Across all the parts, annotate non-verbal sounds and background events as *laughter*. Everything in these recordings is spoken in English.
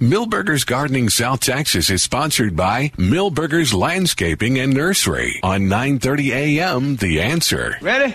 Millburgers Gardening South Texas is sponsored by Millburgers Landscaping and Nursery on 9:30 a.m. The Answer. Ready?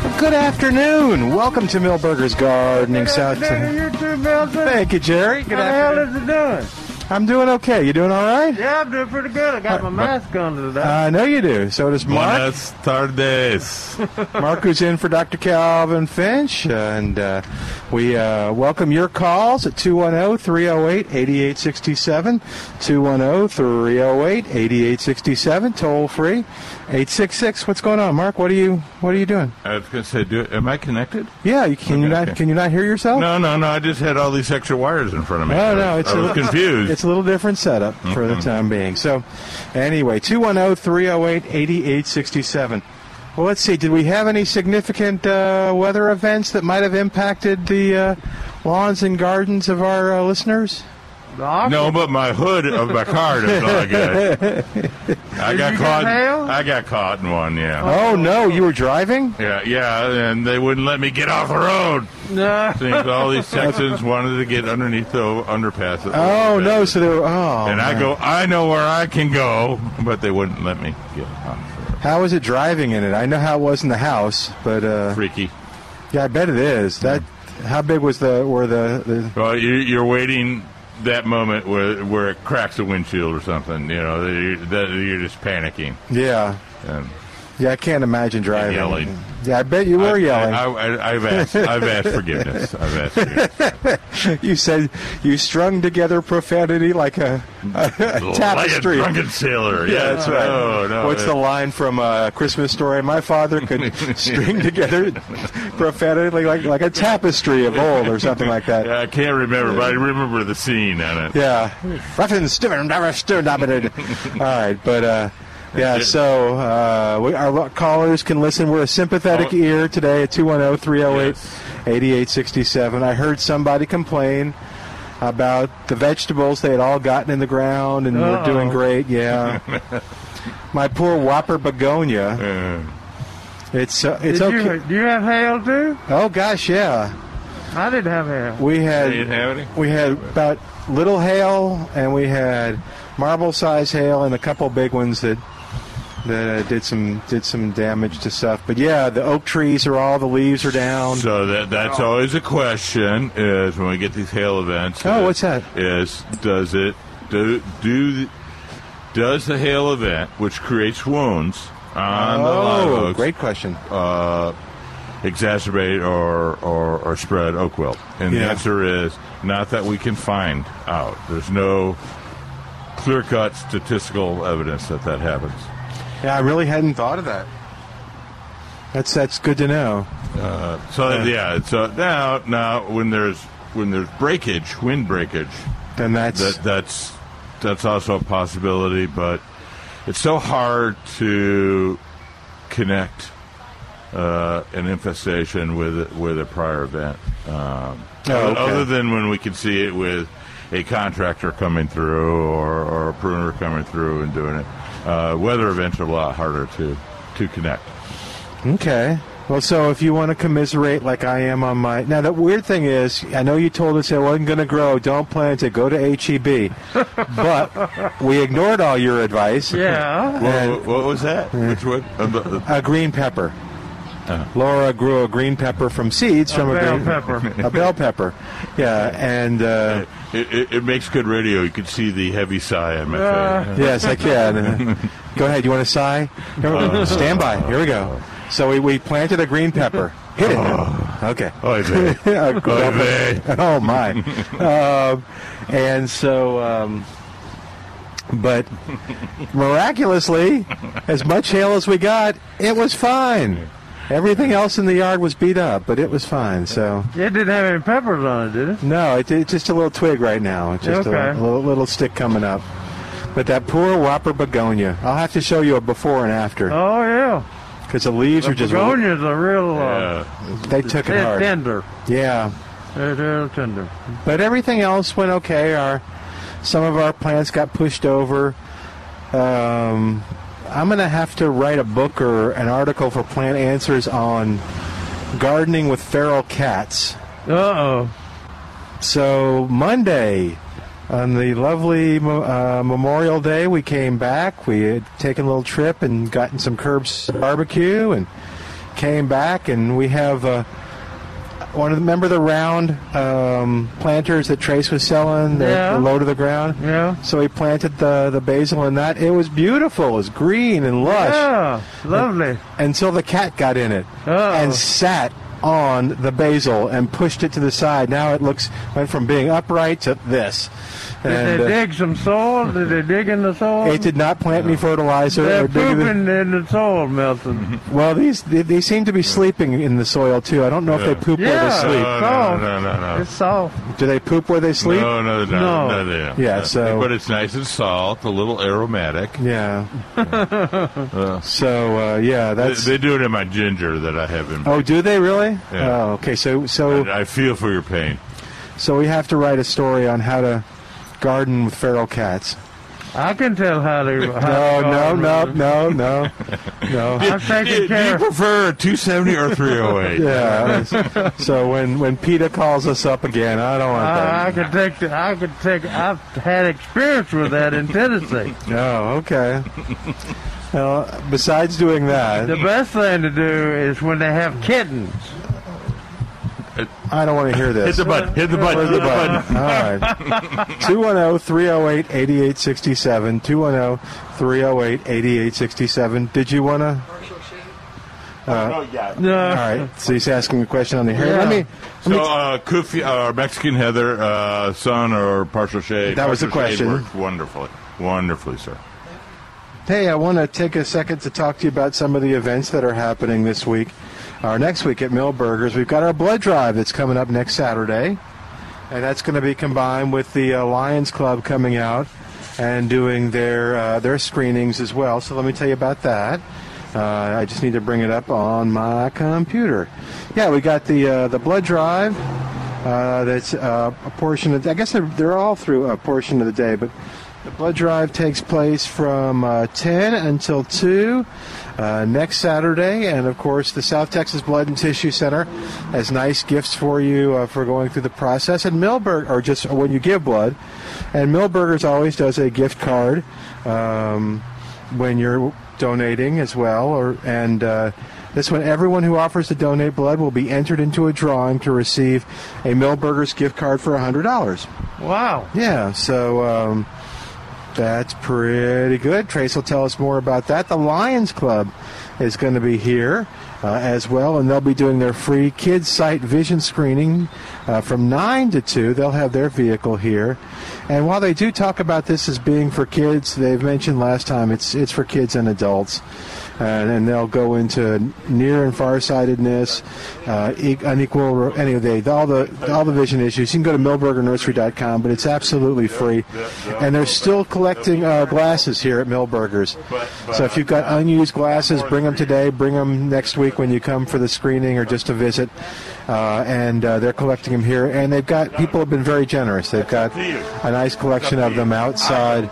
Good afternoon. Welcome to Millburgers Gardening South. You too, Milton. Thank you, Jerry. Good How the hell afternoon. is it doing? I'm doing okay. You doing all right? Yeah, I'm doing pretty good. I Uh, got my mask on today. I know you do. So does Mark. Buenas tardes. *laughs* Mark, who's in for Dr. Calvin Finch. And uh, we uh, welcome your calls at oh, 210 308 8867. 210 308 8867. Toll free. 866. What's going on, Mark? What are you What are you doing? I was going to say, do, am I connected? Yeah, you, can, you Okay, not, okay. can you not hear yourself? No, no, no. I just had all these extra wires in front of me. No, no, it's I a was little- confused. Mm-hmm. It's a little different setup for the time being. So, anyway, oh, 210 308 8867. Well, let's see. Did we have any significant uh, weather events that might have impacted the uh, lawns and gardens of our uh, listeners? The office- no, but my hood of my car is not good. I got you get caught. hail? I got caught in one. Yeah. *laughs* Oh, no, you were driving? Yeah, yeah, and they wouldn't let me get off the road. No. Seems all *laughs* these Texans wanted to get underneath the underpass. Oh, no, so they were. Oh. And I man. go, I know where I can go, but they wouldn't let me get off. the road. How was it driving in it? I know how it was in the house, but uh, Freaky. yeah, I bet it is. That. How big was the. Were the, the Well, you, you're waiting that moment where where it cracks the windshield or something. You know, that you're, that you're just panicking yeah. and Yeah, I can't imagine driving. yelling. Yeah, I bet you were I, yelling. I, I, have asked. I've *laughs* asked forgiveness. I've asked. Forgiveness. You said you strung together profanity like a, a, a tapestry. Like a drunken sailor. Yeah, that's right. No, no, What's the line from uh, Christmas Story? My *laughs* father could string together profanity like like a tapestry of old or something like that. Yeah, I can't remember, but I remember the scene on it. Yeah. Rough and stiff and never stirred up *laughs* in it. All right, but uh, yeah, so uh, we, our lo- callers can listen. We're a sympathetic Oh. ear today at oh, 210 308 Yes. 8867. I heard somebody complain about the vegetables they had all gotten in the ground and were Uh-oh. doing Oh. great. *laughs* Yeah. My poor whopper begonia. Uh, It's uh, it's Did okay. You, do you have hail too? Oh gosh, yeah. I didn't have hail. We had they didn't have any? We had about little hail, and we had marble size hail, and a couple big ones that that uh, did some did some damage to stuff. But yeah, the oak trees are all the leaves are down. So that that's always a question is when we get these hail events. Oh, is- what's that? Is does it do do does the hail event, which creates wounds on the live oh, oaks, great question. uh, exacerbate or, or or spread oak wilt? And the Yeah. answer is not that we can find out. There's no clear cut statistical evidence that that happens. Yeah, I really hadn't thought of that. That's that's good to know. Uh, So yeah, so now now when there's when there's breakage, wind breakage. Then that's That that's that's also a possibility, but it's so hard to connect uh, an infestation with with a prior event. Um, Oh, okay. Other than when we can see it with a contractor coming through or, or a pruner coming through and doing it, uh, weather events are a lot harder to to connect. Okay. Well, so if you want to commiserate like I am on my now, the weird thing is, I know you told us it wasn't going to grow. Don't plant it. Go to E HEB, but we ignored all your advice. Yeah. What, And- what, was that? Which one? Uh, the- the- Ah. Hmm. Uh. A green pepper. Laura grew a green pepper from seeds from a, bell green pepper. *laughs* a bell pepper. Yeah, and uh, it, it, it makes good radio. You can see the heavy sigh on my Uh, face. Uh, yes, *laughs* I can. Go ahead. You want to sigh? Uh, No, Stand by. Here we go. So we, we planted a green pepper. Hit it. Okay. uh, Oy *laughs* vey. A green Oy pepper. vey. *laughs* oh my um, and so um, but miraculously as much hail as we got it was fine Everything else in the yard was beat up, but it was fine. So It didn't have any peppers on it, did it? no, it, it's just a little twig right now. It's just Okay. a little, little stick coming up. But that poor whopper begonia. I'll have to show you a before and after Oh yeah. because the leaves The are just begonias are real. Uh, they took it they're hard. tender. Yeah, They're real tender. but everything else went okay. Our some of our plants got pushed over. Um, I'm gonna have to write a book or an article for Plant Answers on gardening with feral cats. Uh oh. So Monday, on the lovely uh, Memorial Day, we came back. We had taken a little trip and gotten some curbs barbecue, and came back, and we have. Uh, one of the, remember the round um, planters that Trace was selling? They're, Yeah. they're low to the ground. Yeah. So he planted the, the basil in that. It was beautiful. It was green and lush Yeah. Lovely. until the cat got in it Oh. and sat on the basil and pushed it to the side. Now it looks went from being upright to this. Did And, they uh, dig some soil? Did they dig in the soil? it did not plant me fertilizer. They're or dig in the- pooping in the soil, Milton. well, these they, they seem to be sleeping in the soil too. I don't know if they Yeah. poop Yeah. where they No, sleep. no, no, no, no. no. It's soft. Do they poop where they sleep? No, no, no, No. no, they don't. Yeah, so- but it's nice and soft, a little aromatic. Yeah. so uh, yeah, They, that's. they do it in my ginger that I have in. oh, do they really? Yeah. Oh, okay. So so I feel for your pain. so we have to write a story on how to garden with feral cats. I can tell how they. *laughs* No, How no, they no, are. no, no, no. *laughs* I'm Do, taking do you care. prefer a 270 or 308? Yeah. so when when PETA calls us up again, I don't want I, I that. could take. The, I could take. I've had experience with that in Tennessee. *laughs* Oh, okay. Well, besides doing The that, best thing to do is when they have kittens. I don't want to hear Hit this. the button. Hit the button. Where's Hit the button. All right. oh, 210 308 8867. 210 308 8867. Did you want to? No. All right. So he's asking a question on the hair. Let me. So, uh, kufi, uh, Mexican heather, uh, sun or partial shade. That was the Partial shade question. worked Wonderfully, wonderfully, sir. Hey, I want to take a second to talk to you about some of the events that are happening this week. Our next week at Millburgers, we've got our blood drive that's coming up next Saturday, and that's going to be combined with the uh, Lions Club coming out and doing their uh, their screenings as well. So let me tell you about that. Uh, I just need to bring it up on my computer. Yeah, we got the uh, the blood drive. Uh, that's uh, a portion of. I guess they're, they're all through a portion of the day, but the blood drive takes place from uh, 10 until 2 uh, next Saturday, and of course the South Texas Blood and Tissue Center has nice gifts for you uh, for going through the process. And Millburg, or just when you give blood, and Millburgers always does a gift card. Um, when you're donating as well. Or and uh, this one, everyone who offers to donate blood will be entered into a drawing to receive a Millburgers gift card for hundred dollars. Wow. Yeah, so um, that's pretty good. Trace will tell us more about that. The Lions Club is going to be here uh, as well, and they'll be doing their free kids sight vision screening uh, from 9 to 2. They'll have their vehicle here. And while they do talk about this as being for kids, they've mentioned last time it's, it's for kids and adults. And, and they'll go into near and farsightedness, uh, e- unequal, any of the all the all the vision issues. You can go to millburgernursery.com, but it's absolutely free, and they're still collecting uh, glasses here at Millburgers. So if you've got unused glasses, bring them today. Bring them next week when you come for the screening or just a visit. Uh, and uh, they're collecting them here, and they've got people have been very generous. They've got a nice collection of them outside.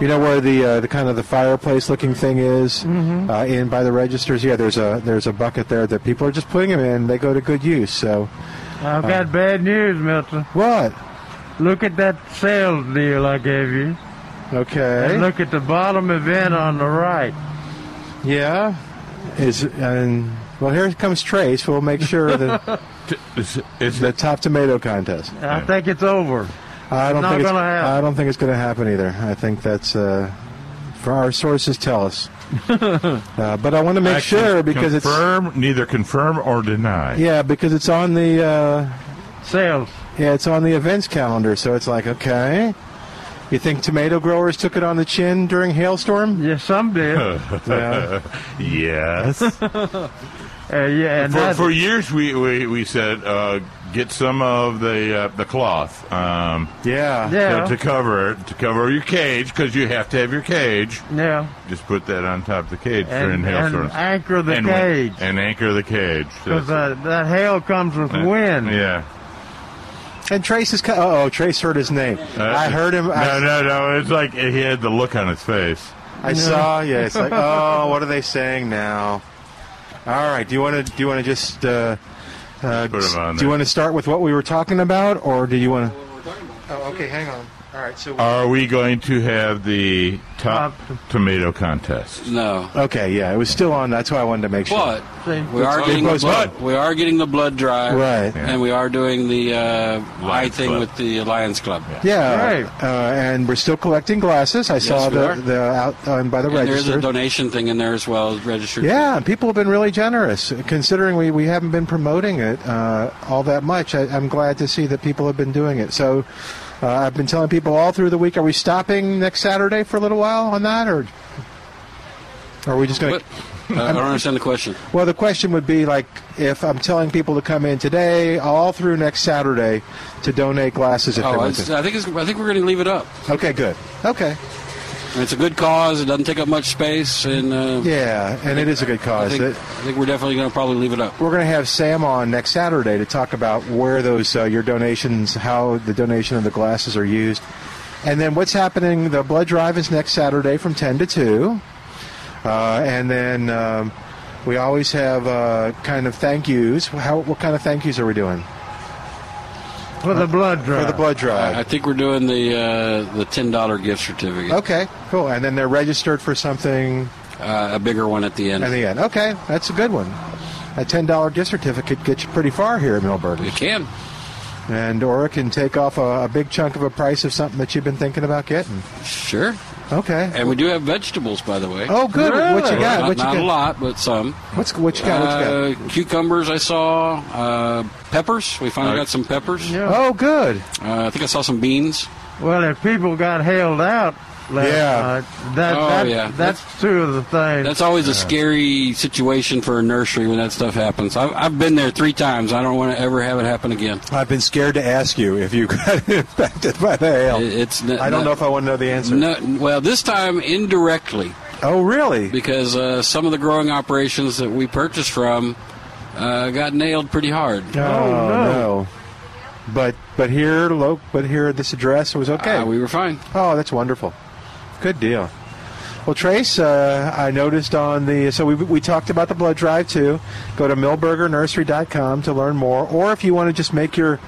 You know where the uh, the kind of the fireplace looking thing is uh, in by the registers. Yeah, there's a there's a bucket there that people are just putting them in. They go to good use. So I've got bad news, Milton. Oh. what? Look at that sales deal I gave you. And Okay. look at the bottom event on the right. Yeah. Is and well here comes Trace. We'll make sure that *laughs* T- It's, it's, the top tomato contest. I think it's over. I don't Not think it's, gonna happen. I don't think it's going to happen either. I think that's uh, for our sources *laughs* tell us. uh, but I want to make I can sure because it's confirm, neither confirm *laughs* or deny. yeah because it's on the. Uh, Sales. Yeah, it's on the events calendar, so it's like, okay. You think tomato growers took it on the chin *laughs* during hailstorm? Yes, some did. Yeah. Yes. *laughs* Uh, yeah, and For, that, for years, we, we, we said uh, get some of the uh, the cloth um, Yeah. Yeah. to, to cover it, to cover your cage because you have to have your cage. yeah, Just put that on top of the cage for and, inhale and source. anchor the and, cage and anchor the cage. because That's that, uh, that hail comes with it. wind. Yeah. And Trace is. Co- oh, Trace heard his name. Uh, I heard him. Uh, No, I, no, no. It's like he had the look on his face. I saw. Yeah, *laughs* it's like, oh, what are they saying now? All right. Do you want to? Do you want to just? Uh, uh, Put him on do you there. want to start with what we were talking about, or do you want to? Oh, okay. Hang on. All right. So. Are we going to have the top Top. tomato contest? No. okay. Yeah, it was still on. That's why I wanted to make sure. But See? we are It's getting the always blood, we are getting the blood drive, Right. Yeah. And we are doing the uh, eye Lions thing Club. with the Lions Club. Yeah, Right. uh, and we're still collecting glasses. I saw we the are. the out um, by the And there is a register. donation thing in there as well, registered. Yeah, and people have been really generous. Considering we, we haven't been promoting it uh, all that much, I, I'm glad to see that people have been doing it. So uh, I've been telling people all through the week, are we stopping next Saturday for a little while on that? Or are we just going What? to... Uh, I don't understand the question. Well, the question would be, like, if I'm telling people to come in today, all through next Saturday, to donate glasses if they Oh, I, want s- to. I think it's, I think we're going to leave it up. Okay, good. Okay. And it's a good cause. It doesn't take up much space, and uh, Yeah, and it is a good I cause. think, That- I think we're definitely going to probably leave it up. We're going to have Sam on next Saturday to talk about where those uh, your donations, how the donation of the glasses are used, and then what's happening. The blood drive is next Saturday from ten to two, uh, and then um, we always have uh, kind of thank yous. How what kind of thank yous are we doing For the blood for drive. the blood drive? I think we're doing the uh, the ten dollar gift certificate, Okay, cool. And then they're registered for something uh, a bigger one at the end. at the end. Okay, that's a good one. A ten dollar gift certificate gets you pretty far here at Millburgers. it can. And Aura can take off a, a big chunk of a price of something that you've been thinking about getting. Sure. Okay. And we do have vegetables, by the way. Oh, good. What you Really? got? not, What you not a got? lot, but some. What's what you got? What you got? Uh, cucumbers I saw. Uh, peppers. We finally Uh, got some peppers. Yeah. Oh, good. Uh, I think I saw some beans. Well, if people got held out last Yeah. night, that, Oh, that, yeah. that's, two of the things. That's always a scary situation for a nursery when that stuff happens. I've, I've been there three times. I don't want to ever have it happen again. I've been scared to ask you if you got infected by the hail. It, it's n- I don't n- know if I want to know the answer. n- well, this time indirectly Oh, really? because uh, some of the growing operations that we purchased from uh, got nailed pretty hard. *laughs* Oh, no. no. But but here, lo- but here, at this address was okay. Uh, we were fine. Oh, that's wonderful. Good deal. Well, Trace, uh, I noticed on the so we, we talked about the blood drive too. Go to millburgernursery.com to learn more, or if you want to just make your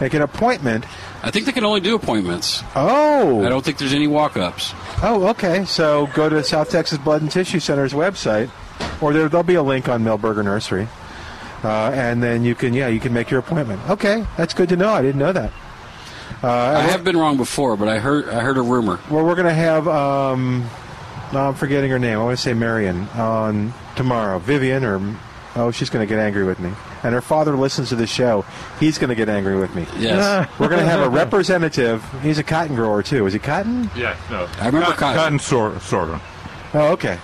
make an appointment. I think they can only do appointments. I Oh, don't think there's any walk-ups. oh, okay. So go to South Texas Blood and Tissue Center's website, or there there'll be a link on Millburger Nursery, uh, and then you can yeah you can make your appointment. Okay, that's good to know. I didn't know that. Uh, I have been wrong before, but I heard I heard a rumor. Well, we're going to have. Um, no, I'm forgetting her name. I want to say Marion on tomorrow. Vivian or oh, she's going to get angry with me. And her father listens to the show. He's going to get angry with me. Yes. *laughs* We're going to have a representative. He's a cotton grower too. Is he cotton? Yeah, no. I remember cotton. Cotton sort, sort of. Oh, okay.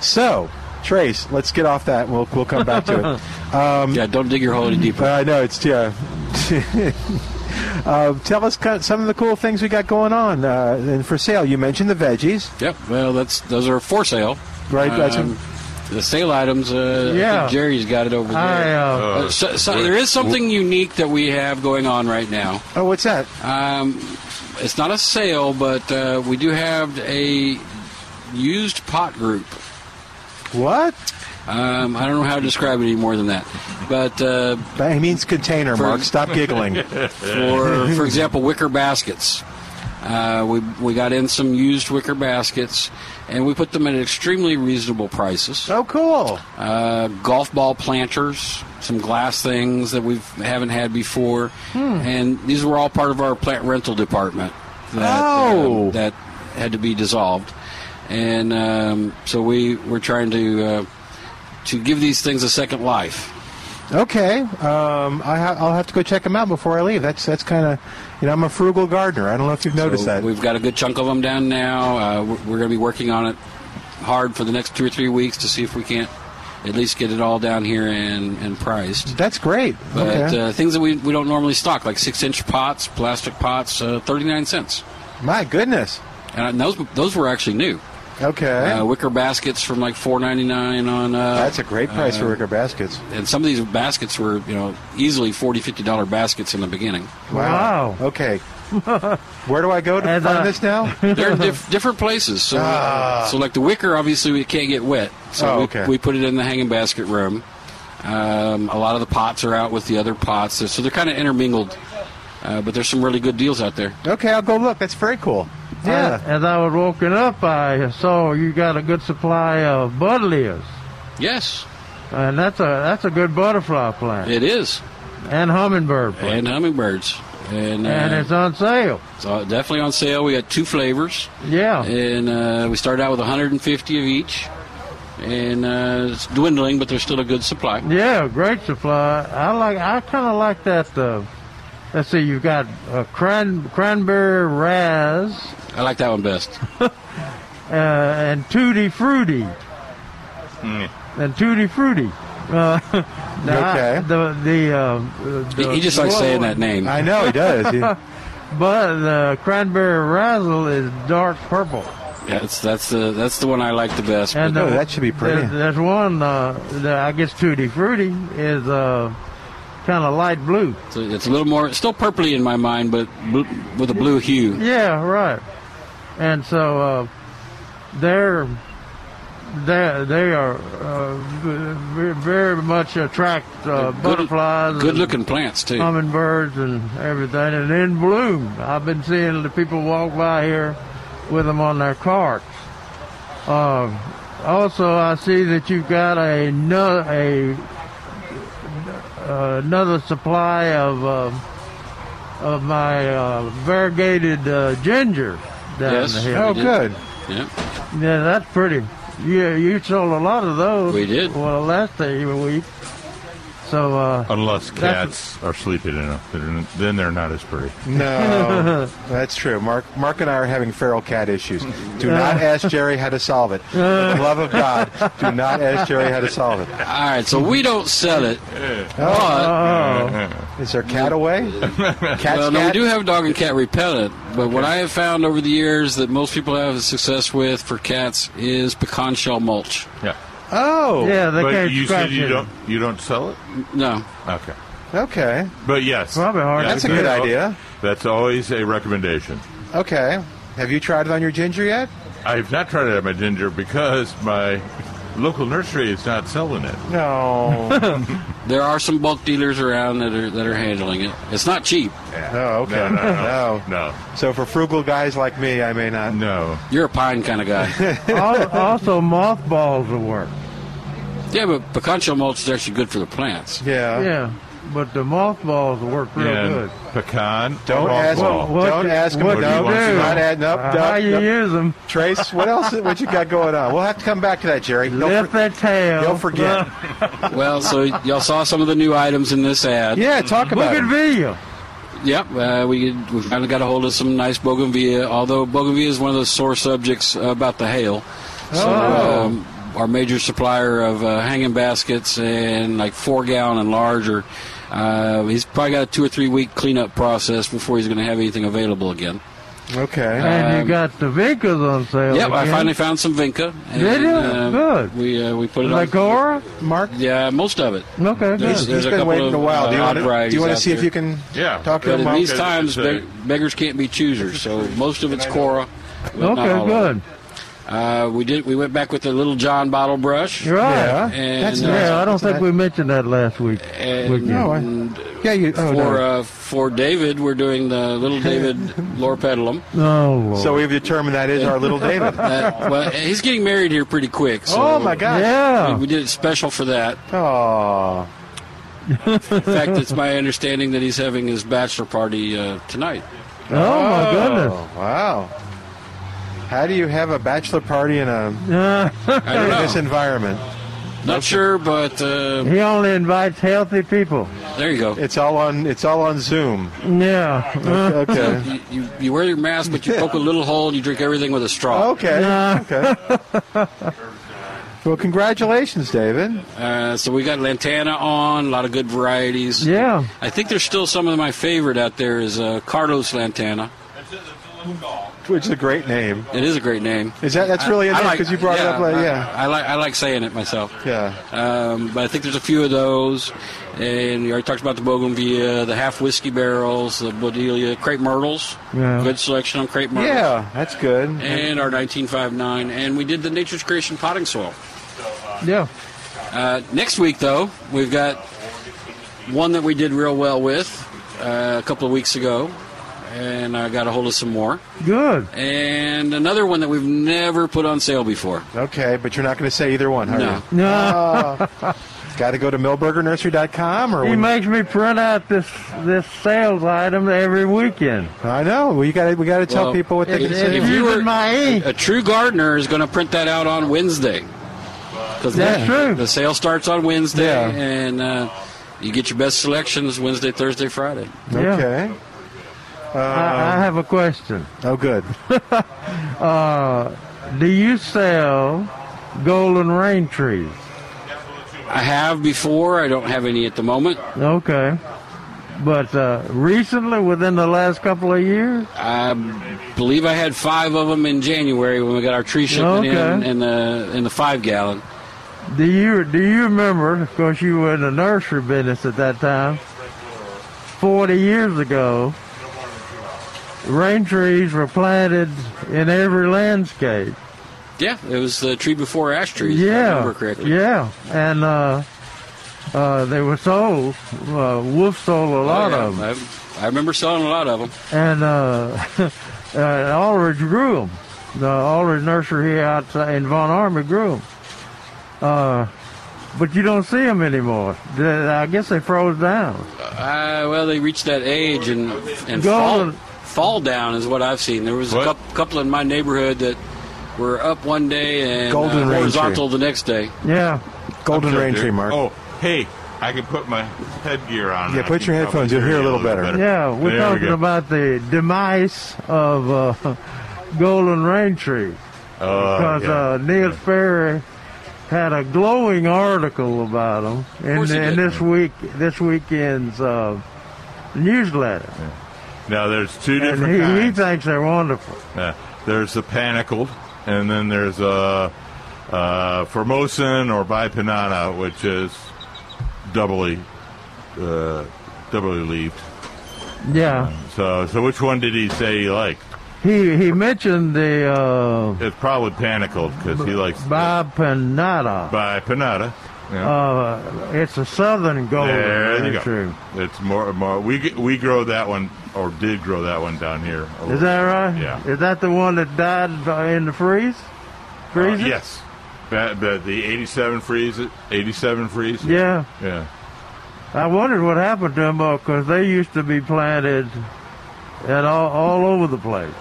So, Trace, let's get off that. We'll we'll come back to it. *laughs* Um, yeah, don't dig your hole any deeper. Uh, I know it's yeah. *laughs* uh, tell us co- some of the cool things we got going on uh, and for sale. You mentioned the veggies, Yep. Well, that's those are for sale. right? That's- Um, the sale items. Uh, I Yeah. think Jerry's got it over there. I, uh, Uh, so, so there is something unique that we have going on right now. oh, what's that? Um, it's not a sale, but uh, we do have a used pot group. What? Um, I don't know how to describe it any more than that. But uh, But he means container, For- Mark. Stop giggling. *laughs* for for example, wicker baskets. Uh, we we got in some used wicker baskets, and we put them at extremely reasonable prices. oh, cool. Uh, golf ball planters, some glass things that we haven't had before, Hmm. and these were all part of our plant rental department that Oh. um, that had to be dissolved, and um, so we were trying to uh, to give these things a second life. Okay. Um, I ha- I'll have to go check them out before I leave. That's that's kind of, you know, I'm a frugal gardener. I don't know if you've noticed So that. We've got a good chunk of them down now. Uh, we're going to be working on it hard for the next two or three weeks to see if we can't at least get it all down here and, and priced. That's great. But okay. uh, things that we, we don't normally stock, like six inch pots, plastic pots, uh, 39 cents. My goodness. And uh, those, those were actually new. okay. Uh, wicker baskets from like four ninety nine on. Uh, That's a great price for uh, wicker baskets. And some of these baskets were, you know, easily 40 fifty dollar baskets in the beginning. Wow. Okay. Where do I go to find this now? They're in diff- different places. So, uh, Ah. so like the wicker, obviously we can't get wet. So Oh, we, okay. we put it in the hanging basket room. Um, a lot of the pots are out with the other pots, so they're kind of intermingled. Uh, but there's some really good deals out there. Okay, I'll go look. That's very cool. Yeah. As I was walking up, I saw you got a good supply of buddleias, Yes, and that's a that's a good butterfly plant it is. and hummingbird plant, And hummingbirds. And, uh, and it's on sale. So definitely on sale. We got two flavors. Yeah. And uh, we started out with 150 of each. And uh, it's dwindling, but there's still a good supply. Yeah, great supply. I like. I kind of like that. Uh, let's see, you've got uh, cran- cranberry raz I like that one best. *laughs* uh, and tutti frutti and tutti frutti. Uh, *laughs* now, Okay. I, the the, um, uh, the He, he just likes well, saying that name. I know he does. He- *laughs* But the cranberry razzle is dark purple. Yeah, that's that's the that's the one I like the best. but- no, the- that should be pretty. uh, There's, there's one uh, that I guess tutti frutti is uh, kind of light blue. So it's a little more, it's still purpley in my mind, but bl- with a blue hue. Yeah, right. And so uh, they're they they are uh, ve- ve- very much attract uh, Good- butterflies, Good and looking plants too. hummingbirds, and everything, and in bloom. I've been seeing the people walk by here with them on their carts. Um, also, I see that you've got a no- a uh, another supply of um of my uh, variegated uh, ginger down Yes. here. oh, did. good. yeah. Yeah, that's pretty. You you sold a lot of those. We did. Well, last day you week. So uh, Unless That's- cats are sleeping enough, then- then they're not as pretty. No, that's true. Mark, Mark and I are having feral cat issues. Do not ask Jerry how to solve it. For *laughs* Uh. the love of God, do not ask Jerry how to *laughs* solve it. Oh. All right, so we don't sell it, Oh. but Is there *laughs* cat away? Cat's well, cat? no, we do have dog and cat repellent. But what I have found over the years that most people have success with for cats is pecan shell mulch. Yeah. oh, yeah, they But can't you scratch said you it. don't you don't sell it? *laughs* No, Okay. okay, But yes. Probably hard yes, to that's a good there- idea. That's always a recommendation. Okay. Have you tried it on your ginger yet? I've not tried it on my ginger because my local nursery is not selling it. No. there are some bulk dealers around that are that are handling it. It's not cheap. Oh, okay. No, no, no, No. no, *laughs* So for frugal guys like me, I may not. no. You're a pine kind of guy. *laughs* Al- also, mothballs will work. yeah, but pecan shell mulch is actually good for the plants. Yeah. Yeah, but the mothballs will work real And good. pecan. Don't or ask. mothball. Well, what don't do- ask him. what no, do you want to do not do? add. Nope, Uh, nope, how you nope. use them? Trace, what else? What you got going on? We'll have to come back to that, Jerry. Don't, Lift for, that tail. don't forget. *laughs* Well, so y'all saw some of the new items in this ad. yeah, talk Look about at it. video. Yep, uh, we we kind of got a hold of some nice bougainvillea. Although bougainvillea is one of those sore subjects uh, about the hail. So Oh. um, our major supplier of uh, hanging baskets and like four gallon and larger, uh, he's probably got a two or three week cleanup process before he's going to have anything available again. Okay. And you got the Vickers on sale. Yep, Um, I again. finally found some vinca. and, Did you? uh, Good. We uh, we put it on. Like Gora? Mark, Yeah, most of it. Okay, There's- good. he's a been couple waiting of, a while. uh, Do you want to, odd do you want to varieties see out if you can Yeah. talk to But him, in Mark? these Okay, times, it's a- beg- beggars can't be choosers. So most of it's Cora. but not all Okay, of it. good. Uh, we did. We went back with the little John bottle brush. Right. And, That's uh, Yeah, nice. I don't That's think nice. we mentioned that last week. And- Weekend. No, I, yeah, you. Oh, For no. uh, for David, we're doing the little *laughs* David Lorpedalum. Oh, Lord. so we've determined that is our *laughs* little David. Uh, well, he's getting married here pretty quick. So oh my gosh. We, yeah. we did it special for that. Oh. In fact, it's my understanding that he's having his bachelor party uh, tonight. Oh, my goodness. Oh, wow. How do you have a bachelor *laughs* party in a Yeah. I don't in this know. environment? Not sure, but uh, he only invites healthy people. there you go. It's all on. It's all on Zoom. Yeah. Uh, Okay. You, you, you wear your mask, but you poke a little hole and you drink everything with a straw. Okay. Nah. Okay. Well, congratulations, David. Uh, so we got Lantana on, a lot of good varieties. Yeah. I think there's still some of my favorite out there is uh, Carlos Lantana. Which is a great name. It is a great name. Is that that's really a I name like- because you brought it up? Like, I- yeah, I like I like saying it myself. yeah. Um, but I think there's a few of those. And you already talked about the Bougainvillea, the half whiskey barrels, the Bodelia, crepe myrtles. Yeah. Good selection on crepe myrtles. Yeah, that's good. And our 1959. And we did the Nature's Creation potting soil. Yeah. Uh, next week, though, we've got one that we did real well with uh, a couple of weeks ago. And I got a hold of some more. Good. And another one that we've never put on sale before. Okay, but you're not going to say either one, are No. you? No, Got to go to millburgernursery.com or he when- makes me print out this this sales item every weekend. I know we got to we got to tell Well, people what they if- can say. if It's you were- using my ink. A true gardener is going to print that out on Wednesday. 'Cause That's the, true. The sale starts on Wednesday, Yeah. and uh, you get your best selections Wednesday, Thursday, Friday. Yeah. Okay. Um, I, I have a question. Uh, *laughs* Oh, good. Do you sell golden rain trees? I have before. I don't have any at the moment. Okay. But uh, recently, within the last couple of years, I believe I had five of them in January when we got our tree shipment in Okay. in the in the five gallon. do you do you remember? Of course, you were in the nursery business at that time. Forty years ago, rain trees were planted in every landscape. Yeah, it was the tree before ash trees. if I remember Yeah, correctly. yeah, and uh, uh, they were sold. Uh, Wolf sold a Oh, lot yeah. of them, I, I remember selling a lot of them. and uh, *laughs* uh, Aldridge grew them. The Aldridge nursery here outside in Von Army grew them. Uh, but you don't see them anymore. The- I guess they froze down. Uh, well, they reached that age and and fall, Golden. fall down is what I've seen. There was a What? couple, couple in my neighborhood that were up one day and Golden uh, rain horizontal the next day. Yeah, Golden Sure, rain dude. tree, Mark. Oh, hey, I can put my headgear on. Yeah, I put can probably your headphones. You'll hear a you little better. yeah. We're There we talking go. about the demise of uh, *laughs* golden rain trees. Oh, because yeah. uh, Neil Ferry had a glowing article about him in, course he in did. this week this weekend's uh, newsletter, now there's two and different he, he kinds. thinks they're wonderful. Uh, there's the panicled, and then there's uh, uh, Formosan or bipanana, which is doubly uh, doubly leaved. Yeah, So, so which one did he say he liked? he he mentioned the uh, It's probably panicled because he likes Bob Panada. bipanana. Yeah. Uh, it's a southern golden there you rain go. tree. It's more more. We g- we grow that one or did grow that one down here. a Is little that right? Yeah. Is that the one that died in the freeze? Uh, Freeze? yes. That, that- the 87 freeze, 87 freeze. Yeah. Yeah. I wondered what happened to them because they used to be planted at all, all over the place,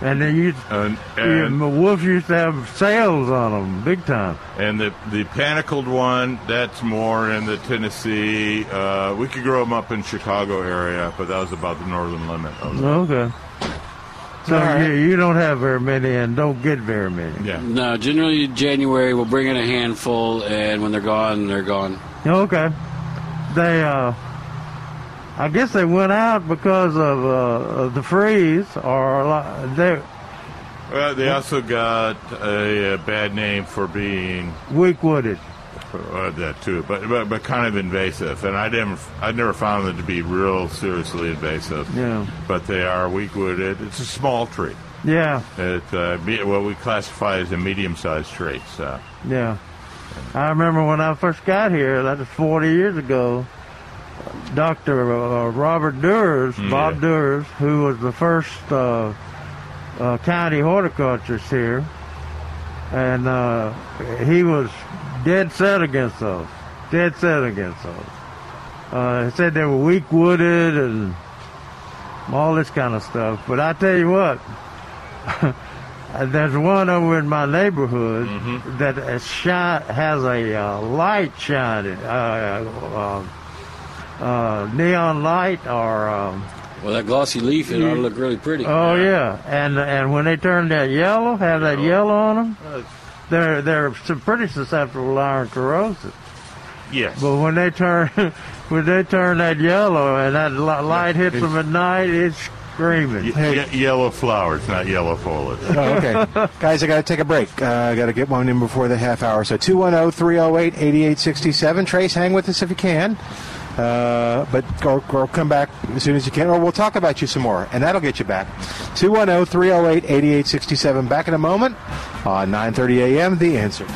and they used. And the and, wolves used to have sales on them, big time. and the the panicled one, that's more in the Tennessee. Uh, we could grow them up in Chicago area, but that was about the northern limit. Of it. Okay. So All right. you, you don't have very many, and don't get very many. Yeah. No, generally January we'll bring in a handful, and when they're gone, they're gone. Okay. They, uh, I guess they went out because of, uh, of the freeze, or a lot, they're Well, they also got a, uh bad name for being weak wooded. uh, that too, but, but but kind of invasive. And I didn't, I never found them to be real seriously invasive. Yeah. But they are weak wooded. It's a small tree. Yeah, It, uh, me- what we classify as a medium-sized tree. So, yeah. I remember when I first got here, that was 40 years ago, Dr. Uh, Robert Durs, Bob Yeah. Durs, who was the first uh, uh, county horticulturist here, and uh, he was dead set against those. Dead set against those. Uh, he said they were weak wooded and all this kind of stuff. But I tell you what, *laughs* there's one over in my neighborhood Mm-hmm. that is shine, has a uh, light shining, uh, uh, uh, neon light or. Um, Well, that glossy leaf, it ought to look really pretty. Oh yeah, and and when they turn that yellow, have that yellow on them, they're they're su- pretty susceptible to iron corrosive. Yes. But when they turn *laughs* when they turn that yellow and that li- light hits them at night, it's screaming. Ye- ye- yellow flowers, not yellow foliage. Oh, okay. Guys, I got to take a break. Uh, I got to get one in before the half hour. So oh, 210 308 8867. Trace, hang with us if you can. Uh, but or, or come back as soon as you can, or we'll talk about you some more, and that'll get you back. oh, 210 308 8867. Back in a moment on 9.30 a.m. The answer.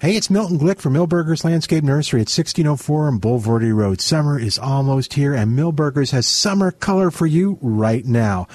Hey, it's Milton Glick from Millburgers Landscape Nursery at 1604 on Boulevardy Road. Summer is almost here, and Millburgers has summer color for you right now.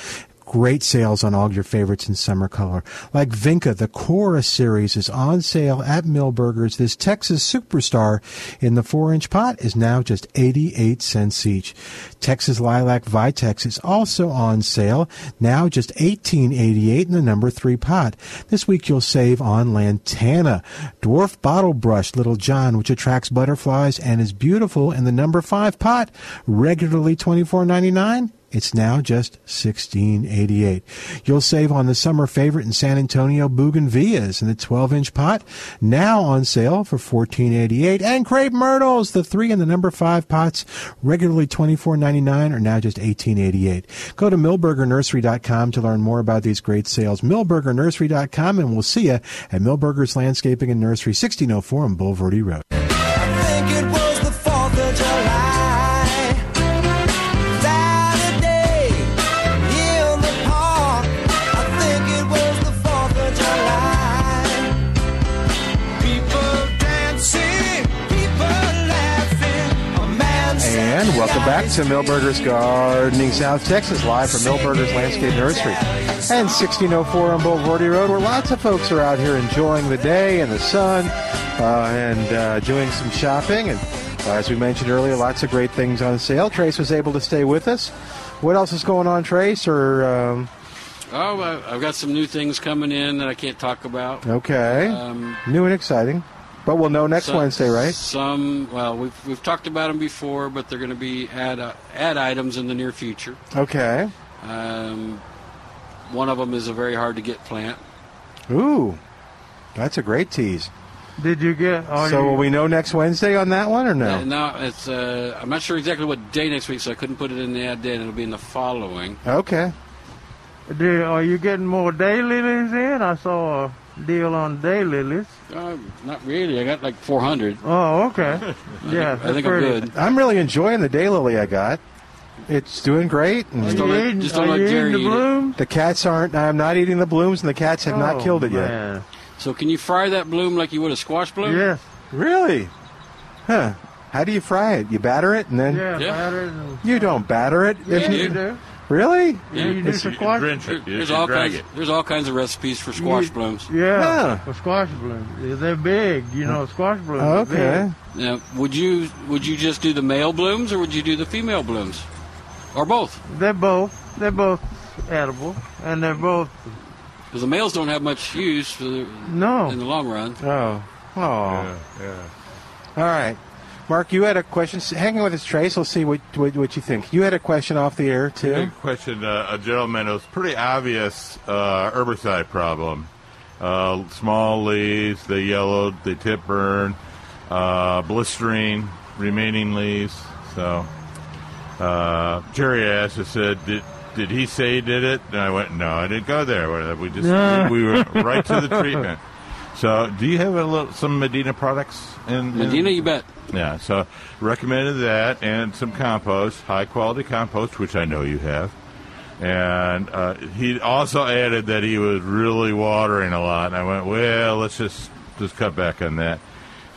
Great sales on all your favorites in summer color. Like Vinca, the Cora series is on sale at Millburgers. This Texas superstar in the 4 inch pot is now just 88 cents each. Texas Lilac Vitex is also on sale, now just 1888 in the number 3 pot. This week you'll save on Lantana, Dwarf Bottle Brush Little John, which attracts butterflies and is beautiful in the number 5 pot, regularly $24.99. It's now just $16.88. You'll save on the summer favorite in San Antonio, Bougainvilleas, in the 12-inch pot, now on sale for $14.88. And Crepe Myrtles, the three and the number five pots, regularly $24.99 are now just $18.88. Go to millburgernursery.com to learn more about these great sales. millburgernursery.com, and we'll see you at Millburgers Landscaping and Nursery, 1604 on Boulevardy Road. think it was the 4th of July. Saturday in the park. I think it was the 4th of July. People dancing, people laughing. A man And welcome back to Millburgers Gardening South Texas, live from Millburgers Landscape Nursery and 1604 on Boulevardy Road, where lots of folks are out here enjoying the day and the sun uh, and uh, doing some shopping. And uh, as we mentioned earlier, lots of great things on sale. Trace was able to stay with us. What else is going on, Trace? Or um, Oh, I- I've got some new things coming in that I can't talk about. okay, Um, new and exciting, but we'll know next Some- Wednesday, right? Some, well, we've, we've talked about them before, but they're going to be add, uh, add items in the near future. Okay. Um, one of them is a very hard to get plant. Ooh, that's a great tease. Did you get? Are So you, will we know next Wednesday on that one or no? Uh, it's uh, I'm not sure exactly what day next week, so I couldn't put it in the ad then. It'll be in the following. Okay. do, are you getting more daylilies in? I saw a deal on daylilies. Uh, not really. I got like 400. Oh, *laughs* okay. Yeah, *laughs* I think I'm pretty. good. I'm really enjoying the daylily I got. It's doing great. Are And don't you let- eating, just don't are let you Jerry eating eat it. the bloom? the cats aren't. I'm not eating the blooms, and the cats have Oh, not killed it yet. So can you fry that bloom like you would a squash bloom? Yes. Really? Huh? How do you fry it? You batter it, and then Yeah. Yeah. batter it and- you don't batter it. Yeah, If you you- do. Really? Yeah, you do Yes, some you can squash. drench it. You There's can all drag kinds. it. There's all kinds of recipes for squash You- blooms. Yeah, Yeah. for squash blooms. They're big, you know, squash blooms. are Okay. Now, would you would you just do the male blooms or would you do the female blooms, or both? big. They're both, they're both edible, and they're both, Because the males don't have much use for the, in no. the long run. Oh. Oh. Yeah, yeah. All right. Mark, you had a question. S- Hang on with us, Trace. We'll see what, what what you think. You had a question off the air too. Big question. Uh, a gentleman, it was pretty obvious uh, herbicide problem. Uh, small leaves, they yellowed, they tip burn, uh, blistering, remaining leaves. So uh, Jerry asked, I said, did, did he say he did it? And I went, no, I didn't go there. We just we, we went right to the treatment. So, do you have a little, some Medina products? In, Medina, in, you bet. yeah, so recommended that and some compost, high quality compost, which I know you have. And uh, he also added that he was really watering a lot. And I went, well, let's just just cut back on that.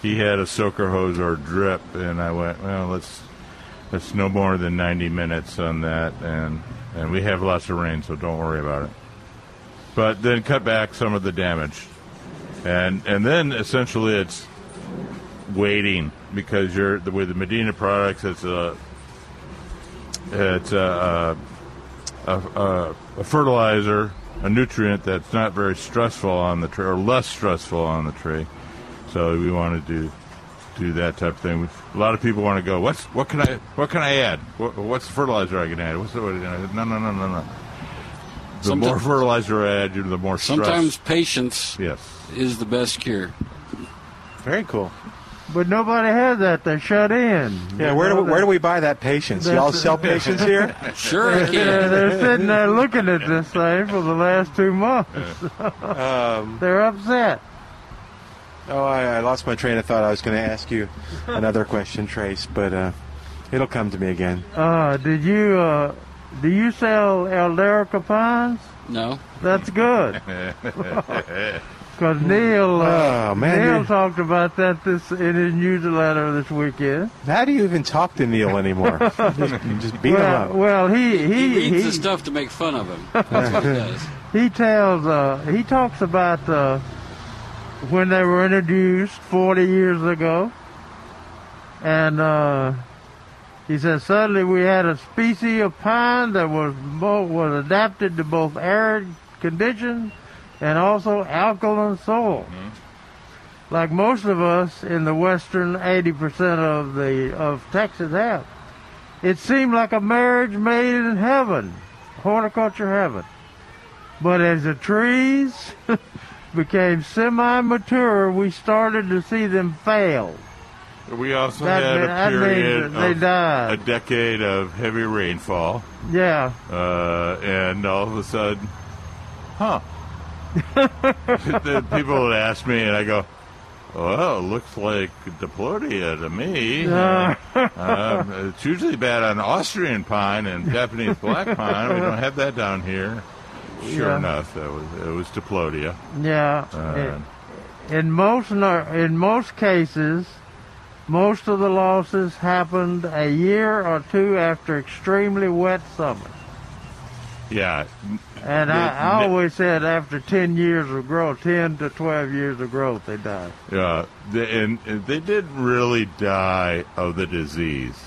He had a soaker hose or drip, and I went, well, let's let's no more than 90 minutes on that. And and we have lots of rain, so don't worry about it. But then cut back some of the damage, and and then essentially it's waiting because you're with the Medina products. It's a it's a a, a, a fertilizer, a nutrient that's not very stressful on the tree, or less stressful on the tree. So we want to do do that type of thing. A lot of people want to go. What's what can I what can I add? What, what's the fertilizer I can add? What's the, what, no no no no no. The Someti- more fertilizer I add, you- the more stress. Sometimes patience Yes. is the best cure. *laughs* Very cool. But nobody has that. They're shut in. Yeah, where do we, where do we buy that patience? Y'all That's- sell *laughs* patience here? *laughs* Sure, I They're, can. they're sitting there looking *laughs* at this thing for the last two months. they're upset. Um, Oh, I, I lost my train of thought. I was going to ask you another question, Trace, but uh, it'll come to me again. Uh, did you uh, do you sell Elderica pines? No. *laughs* That's good. Because Neil, uh, Oh, man, Neil you're- talked about that this in his newsletter this weekend. How do you even talk to Neil anymore? *laughs* You just, you just beat well, him up. well, he He he reads he, the stuff to make fun of *laughs* him. That's what he does. *laughs* he tells uh, he talks about uh, when they were introduced 40 years ago, and uh, he says suddenly we had a species of pine that was bo- was adapted to both arid conditions and also alkaline soil. Mm-hmm. Like most of us in the western 80% of the of Texas have, it seemed like a marriage made in heaven, horticulture heaven. But as the trees *laughs* became semi-mature, we started to see them fail. We also That had mean- a that means period that they of died. a decade of heavy rainfall, Yeah, uh, and all of a sudden, *laughs* huh? the people would ask me, and I go, "Well, looks like diplodia to me." Uh, um, it's usually bad on Austrian pine and Japanese black pine. We don't have that down here. Sure Yeah. enough, that was it was diplodia. *laughs* yeah. Uh, in, in most nar- in most cases, most of the losses happened a year or two after extremely wet summers. yeah, And Yeah, I, I ne- always said after 10 years of growth, 10 to 12 years of growth, they die. Yeah, the, and, and they didn't really die of the disease.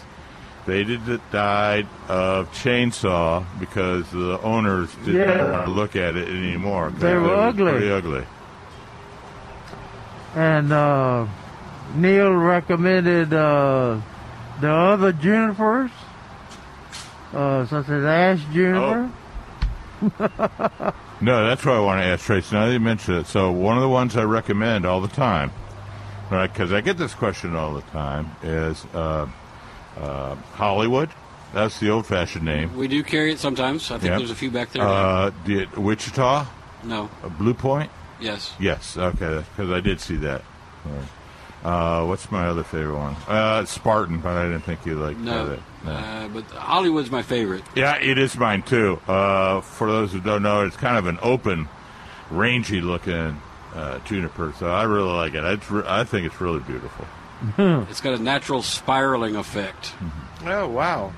They did died of chainsaw because the owners didn't Yeah. want to look at it anymore. 'cause They it were was ugly. Pretty ugly. And uh, Neil recommended uh, the other junipers, uh, such as ash juniper. Oh. No, that's what I want to ask Trace. Now that you mentioned it, so one of the ones I recommend all the time, right? Because I get this question all the time is uh, uh, Hollywood. That's the old-fashioned name. We do carry it sometimes. I think Yep. there's a few back there. Uh, the- Wichita, no. uh, Blue Point. Yes. Yes, okay, because I did see that. Uh, what's my other favorite one? Uh, Spartan, but I didn't think you liked No. that. No. Uh, but Hollywood's my favorite. Yeah, it is mine too. Uh, for those who don't know, it's kind of an open, rangy looking uh, juniper, so I really like it. It's re- I think it's really beautiful. It's got a natural spiraling effect. Oh, wow.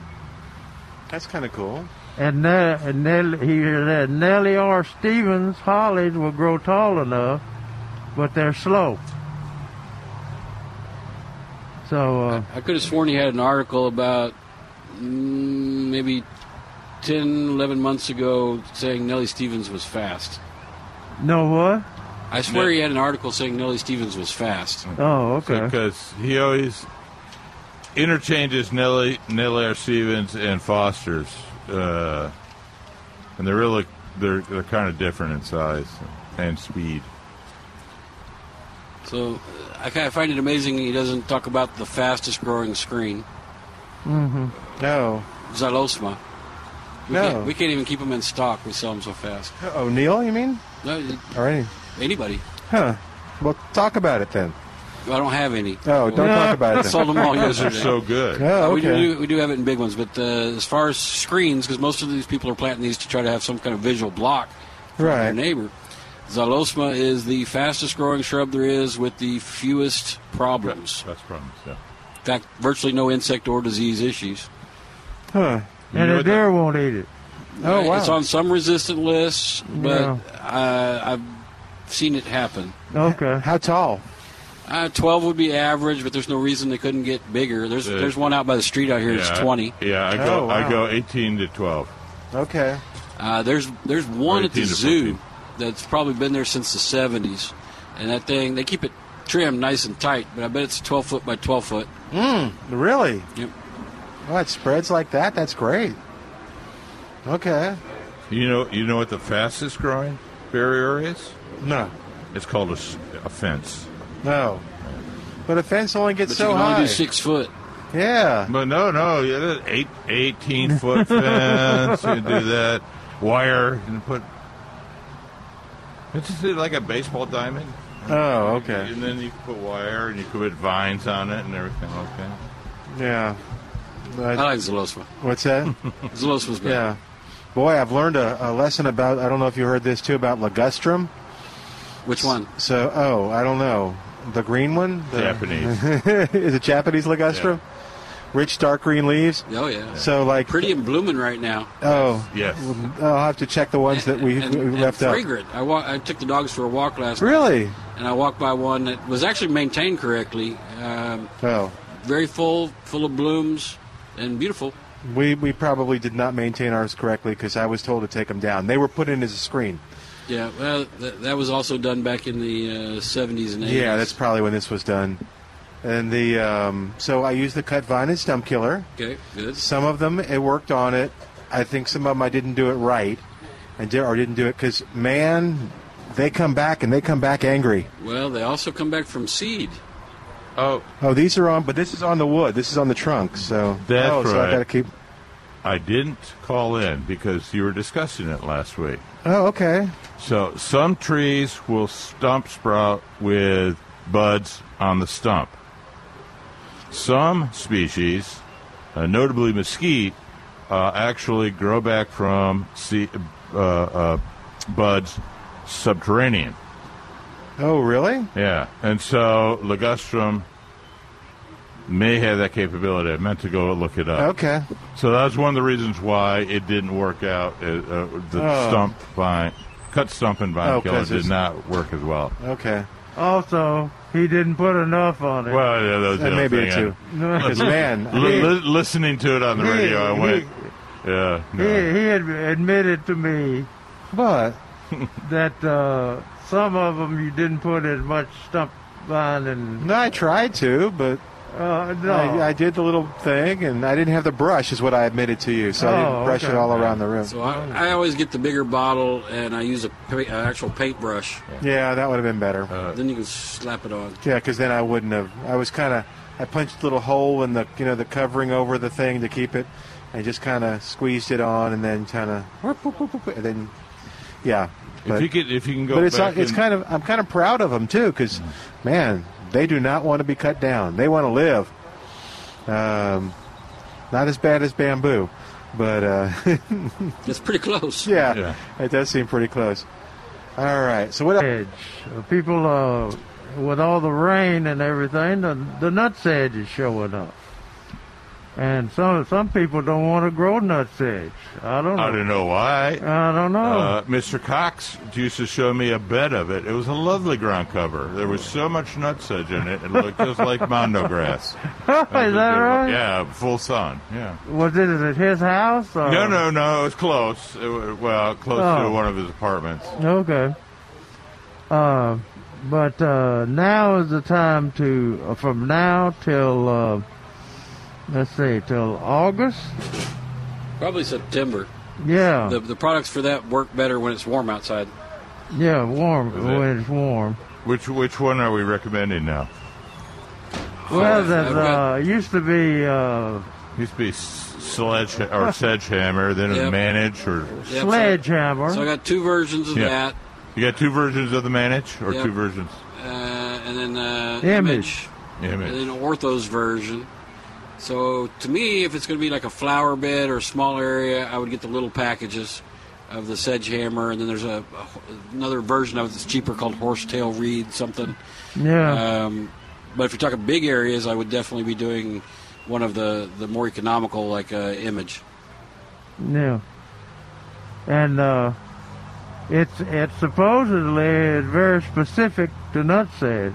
That's kind of cool. And, ne- and Nellie, he said Nellie R. Stevens hollies will grow tall enough, but they're slow. So, uh, I could have sworn he had an article about mm, maybe 10, 11 months ago saying Nellie Stevens was fast. no what? I swear he had an article saying Nellie Stevens was fast. Oh, okay. Because he always interchanges Nellie, Nellie R. Stevens and Foster's, uh, and they're really they're they're kind of different in size and speed. So uh, I kind of find it amazing he doesn't talk about the fastest growing screen, Mm-hmm. No. Xylosma. We, No. can't, we can't even keep them in stock. We sell them so fast. Oh, Neil, you mean? No, it- All right. anybody. Huh. Well, talk about it then. I don't have any. Oh, don't *laughs* talk about it Sold then. them all They're yesterday. Uh, so good. Oh, We, do, okay. we do have it in big ones, but uh, as far as screens, because most of these people are planting these to try to have some kind of visual block from their Right. neighbor. Xylosma is the fastest growing shrub there is with the fewest problems. That's problems. Yeah. In fact, virtually no insect or disease issues. Huh. And know a what deer won't eat it. Oh, wow. It's on some resistant lists, but Yeah. uh, I've seen it happen. Okay. How tall? Uh, 12 would be average, but there's no reason they couldn't get bigger. There's Uh, there's one out by the street out here Yeah, that's 20. Yeah, I go Oh, wow. I go 18 to 12. Okay. Uh, there's there's one at the 18 to zoo 14. that's probably been there since the 70s, and that thing they keep it trimmed nice and tight, but I bet it's 12 foot by 12 foot. Really? Yep. Well, it spreads like that? That's great. Okay. You know, you know what the fastest growing barrier is? No, It's called a, s- a fence. no. But a fence only gets But so you can high. only do six foot. Yeah. But no, no, yeah, that eight, 18 *laughs* foot fence. You do that wire and put. It's just like a baseball diamond, Oh, okay. and then you put wire and you could put vines on it and everything. Okay. Yeah. I But- like Zeloswa. *laughs* what's that? Zeloswa's better. Yeah. Boy, I've learned a, a lesson about. I don't know if you heard this too about ligustrum. Which one? So, oh, I don't know. The green one? The, Japanese. *laughs* is it Japanese ligustrum? Rich, dark green leaves. Oh yeah. So, like, Pretty and blooming right now. oh, Yes. I'll have to check the ones that we, and, we and left out. fragrant. I wa- I took the dogs for a walk last week, Really? and I walked by one that was actually maintained correctly. Um, Oh, very full, full of blooms, and beautiful. we we probably did not maintain ours correctly because I was told to take them down. They were put in as a screen. Yeah, well, th- that was also done back in the uh, 70s and 80s. Yeah, that's probably when this was done. And the um, so I used the cut vine and stump killer. okay. Good. Some of them it worked on it. I think some of them I didn't do it right, and did, or didn't do it because man, they come back and they come back angry. Well, they also come back from seed. Oh, Oh, these are on, but this is on the wood. This is on the trunk. So That's oh, So I right. got to keep. I didn't call in because you were discussing it last week. Oh, okay. So some trees will stump sprout with buds on the stump. Some species, uh, notably mesquite, uh, actually grow back from se- uh, uh, buds subterranean. Oh, really? Yeah, and so ligustrum may have that capability. I meant to go look it up. Okay. So that's one of the reasons why it didn't work out. Uh, uh, the Oh. stump vine, cut stump and vine Oh, killer 'cause did it's- not work as well. Okay. Also, he didn't put enough on it. Well, yeah, that was the That may other thing. be it too. *laughs* *laughs* Because man, I- li- li- listening to it on the He- radio, I he- went, yeah, he, no. he had admitted to me but *laughs* that uh, some of them you didn't put as much stump vine and no, I tried to, but uh, no. I, I did the little thing, and I didn't have the brush, is what I admitted to you. So I Oh, didn't brush okay. it all around the room. So I, I always get the bigger bottle, and I use a pa- an actual paintbrush. yeah, that would have been better. Yeah, 'cause Then you can slap it on. yeah, because then I wouldn't have. I was kind of. I punched a little hole in the you know the covering over the thing to keep it, and just kind of squeezed it on, and then kind of. And then, yeah. if But, you can, if you can go but it's back, it's and- Mm. kind of I'm kind of proud of them too, because man, they do not want to be cut down. They want to live. Um, not as bad as bamboo, but. Uh, *laughs* It's pretty close. Yeah, Yeah. it does seem pretty close. All right, so what? edge. Uh, People, uh, with all the rain and everything, the, the nuts edge is showing up. And some some people don't want to grow nuts edge. I don't know. I don't know why. I don't know. Uh, Mr. Cox used to show me a bed of it. It was a lovely ground cover. There was so much nutsedge in it, it looked just like *laughs* mondo grass. *laughs* Is that right? Yeah, full sun. Yeah. Was it at his house? Or? No, no, no. It was close. It wa- well, close to Oh. one of his apartments. Okay. Uh, but uh, now is the time to, uh, from now till, uh, let's see, till August? Probably September. Yeah. The, the products for that work better when it's warm outside. yeah, warm, Is it- when it's warm. Which which one are we recommending now? Well, I've that got- uh, used to be uh, Used to be s- *laughs* sledge or sedgehammer, then a Yep. manage, or Yeah, so- sledgehammer. So I got two versions of Yeah. that, you got two versions of the manage or Yep. two versions. uh, and then uh, Image. and Image. then Ortho's version. So to me, if it's going to be like a flower bed or a small area, I would get the little packages of the sedgehammer, and then there's a, a ho- another version of it that's cheaper called horsetail reed something. yeah. Um, but if you're talking big areas, I would definitely be doing one of the, the more economical, like uh, image. Yeah. And uh, it's it's supposedly it's very specific to nutsedge.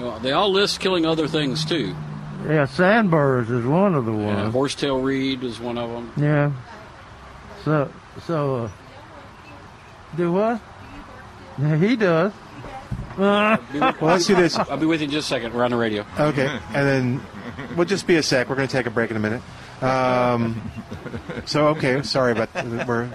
Well, they all list killing other things too. Yeah, sandburrs is one of the Uh, ones. horsetail reed is one of them. Yeah. So so uh, do what? Yeah, he does. Well, let's do this. I'll be with you in just a second. We're on the radio. Okay, and then we'll just be a sec. We're going to take a break in a minute. Um, so okay, sorry about we're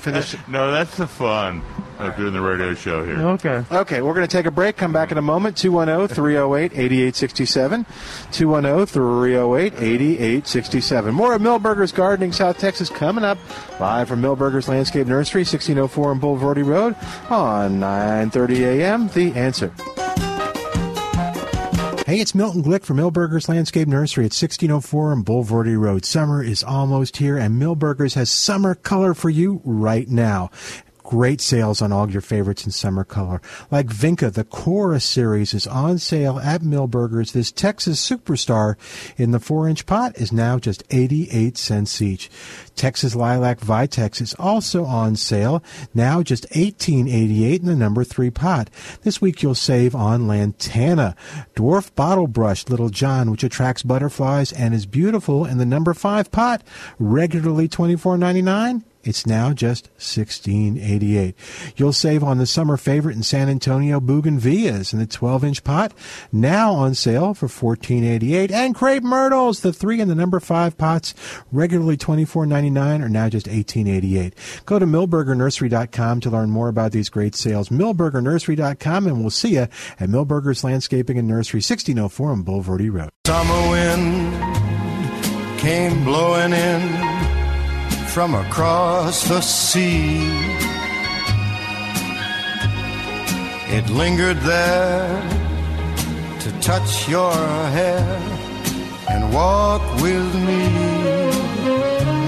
Finish. *laughs* No, that's the fun of doing the radio show here. Okay. Okay, we're going to take a break. Come back in a moment. oh, 210 308 8867. 210 308 8867. More of Millburgers Gardening South Texas coming up live from Millburgers Landscape Nursery, 1604 on Boulevardy Road on 9.30 a.m. The answer. Hey, it's Milton Glick from Millburgers Landscape Nursery at 1604 on Boulevardy Road. Summer is almost here, and Millburgers has summer color for you right now. Great sales on all your favorites in summer color. Like Vinca, the Cora series is on sale at Millburgers. This Texas superstar in the 4 inch pot is now just 88 cents each. Texas Lilac Vitex is also on sale, now just 1888 in the number 3 pot. This week you'll save on Lantana, Dwarf Bottle Brush Little John, which attracts butterflies and is beautiful in the number 5 pot, regularly $24.99. It's now just $16.88. You'll save on the summer favorite in San Antonio, Bougainvilleas, in the 12 inch pot, now on sale for $14.88. And Crepe Myrtles, the three and the number five pots, regularly $24.99, are now just $18.88. Go to millburgernursery.com to learn more about these great sales. millburgernursery.com, and we'll see you at Millburgers Landscaping and Nursery, 1604 on Boulevardy Road. Summer wind came blowing in from across the sea. It lingered there to touch your hair and walk with me.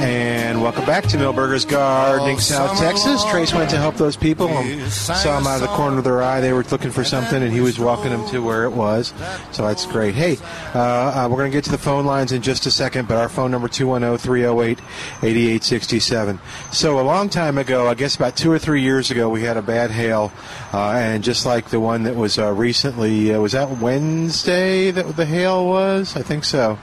And welcome back to Millburgers Gardening, South Texas. Trace went to help those people. Um, saw them out of the corner of their eye. They were looking for something, and he was walking them to where it was. So that's great. Hey, uh, uh, we're going to get to the phone lines in just a second, but our phone number 210-308-8867. So a long time ago, I guess about two or three years ago, we had a bad hail, uh, and just like the one that was uh, recently, uh, was that Wednesday that the hail was? I think so.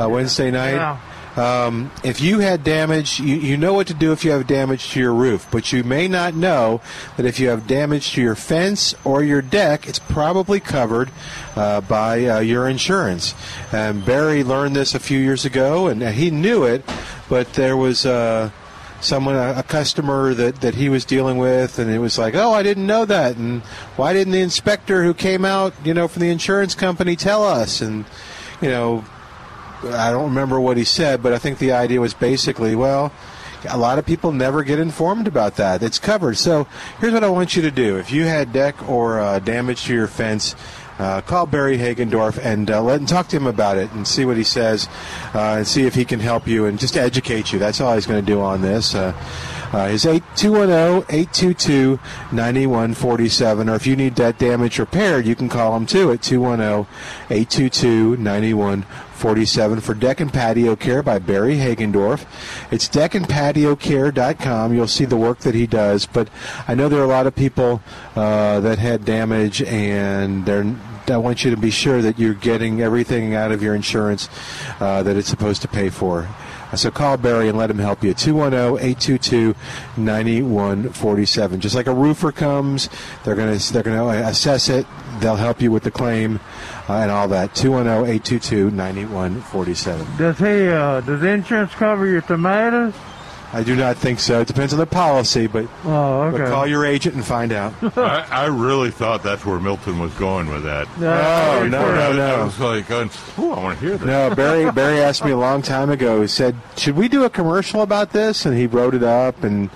Uh, Wednesday night. Yeah. Um, if you had damage, you, you know what to do if you have damage to your roof, but you may not know that if you have damage to your fence or your deck, it's probably covered uh, by uh, your insurance. And Barry learned this a few years ago, and he knew it, but there was. Uh, someone a, a customer that, that he was dealing with and it was like oh i didn't know that and why didn't the inspector who came out you know from the insurance company tell us and you know I don't remember what he said, but I think the idea was basically, well, a lot of people never get informed about that. It's covered. So here's what I want you to do. If you had deck or uh, damage to your fence, uh, call Barry Hagendorf and uh, let and talk to him about it and see what he says uh, and see if he can help you and just educate you. That's all he's going to do on this. Uh, uh, is oh, 210-822-9147 or if you need that damage repaired you can call him too at oh, 210-822-9147 47 for deck and patio care by Barry Hagendorf. It's deckandpatiocare.com. You'll see the work that he does, but I know there are a lot of people uh, that had damage, and they're, I want you to be sure that you're getting everything out of your insurance uh, that it's supposed to pay for. Uh, So call Barry and let him help you. oh, 210-822-9147. Just like a roofer comes, they're going to they're going to assess it. They'll help you with the claim uh, and all that. oh, *laughs* 210-822-9147. Does he? Uh, does insurance cover your tomatoes? I do not think so. It depends on the policy, but, Oh, okay. but call your agent and find out. I, I really thought that's where Milton was going with that. Uh, No, no, no, no. I was like, going, "Ooh, I want to hear that. No, Barry. Barry asked me a long time ago. He said, "Should we do a commercial about this?" And he wrote it up and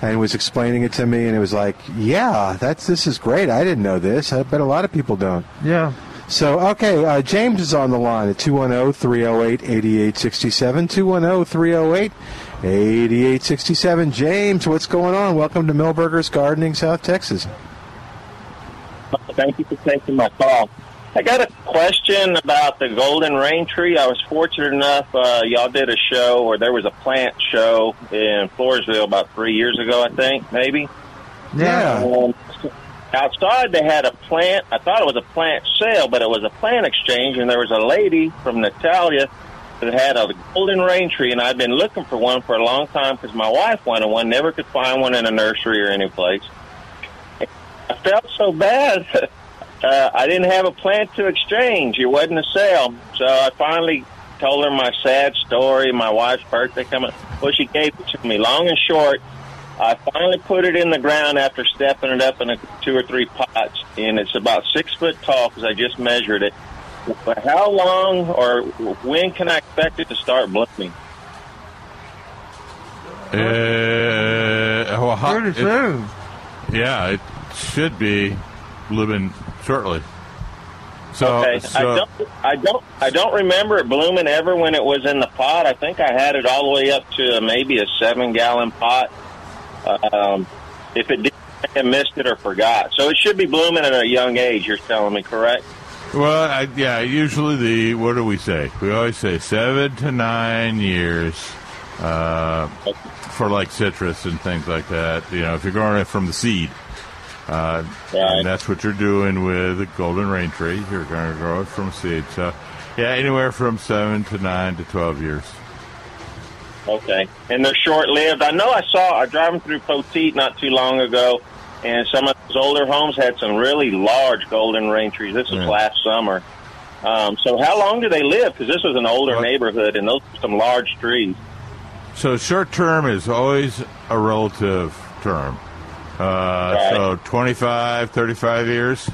and was explaining it to me. And it was like, "Yeah, that's this is great. I didn't know this. I bet a lot of people don't." Yeah. So, okay, uh, James is on the line at 210 308 8867. 210 308 8867. James, what's going on? Welcome to Millburgers Gardening, South Texas. Thank you for taking my call. I got a question about the golden rain tree. I was fortunate enough, uh, y'all did a show, or there was a plant show in Floresville about three years ago, I think, maybe. Yeah. Um, outside, they had a plant. I thought it was a plant sale, but it was a plant exchange, and there was a lady from Natalia that had a golden rain tree, and I'd been looking for one for a long time because my wife wanted one, never could find one in a nursery or any place. I felt so bad. *laughs* Uh, I didn't have a plant to exchange. It wasn't a sale. So I finally told her my sad story, my wife's birthday coming. Well, she gave it to me, long and short. I finally put it in the ground after stepping it up in a, two or three pots, and it's about six foot tall because I just measured it. But how long or when can I expect it to start blooming? Uh, well, hot, Pretty it- soon. yeah, it should be living shortly. So, Okay. so- I don't, I don't, I don't remember it blooming ever when it was in the pot. I think I had it all the way up to maybe a seven-gallon pot. Um, if it did, I missed it or forgot. So it should be blooming at a young age. You're telling me, correct? well, I, yeah, usually the, what do we say? We always say seven to nine years uh, for like citrus and things like that. You know, if you're growing it from the seed. Uh, Right. And that's what you're doing with the golden rain tree. You're going to grow it from seed. So, yeah, anywhere from seven to nine to 12 years. Okay. And they're short-lived. I know I saw. I was driving through Poteet not too long ago, and some of those older homes had some really large golden rain trees. This was Yeah. last summer. Um, so how long do they live? Because this was an older Well- neighborhood, and those were some large trees. So short term is always a relative term. Uh, So 25, 35 years.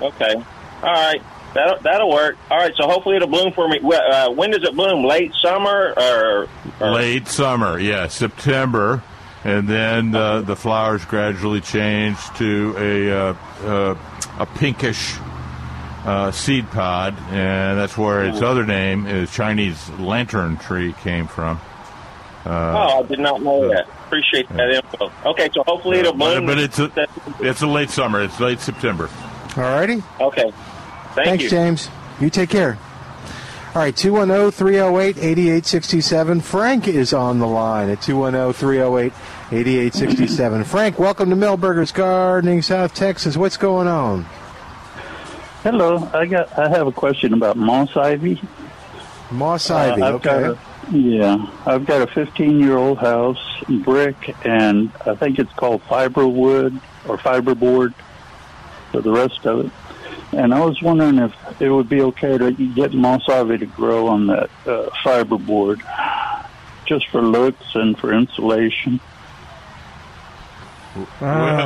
Okay. All right. That that'll work. All right. So hopefully it'll bloom for me. Wh- Uh, when does it bloom? Late summer or, or Late summer, yeah, September. And then uh, the flowers gradually change to a, uh, uh, a pinkish uh, seed pod. And that's where its other name is Chinese lantern tree came from. Uh, oh, I did not know that. Appreciate that info. Okay. So hopefully it'll But, bloom. but it's, a, it's a late summer. It's late September. All righty. okay. Thank Thanks, you. James. You take care. All right, oh, 210 308 8867. Frank is on the line at oh, 210 308 8867. Frank, welcome to Millburgers Gardening, South Texas. What's going on? Hello, I got. I have a question about moss ivy. Moss Uh, Ivy, I've okay. Got a, yeah, I've got a 15 year old house, brick, and I think it's called fiber wood or fiberboard for the rest of it. And I was wondering if it would be okay to get moss ivy to grow on that uh, fiberboard, just for looks and for insulation. Wow.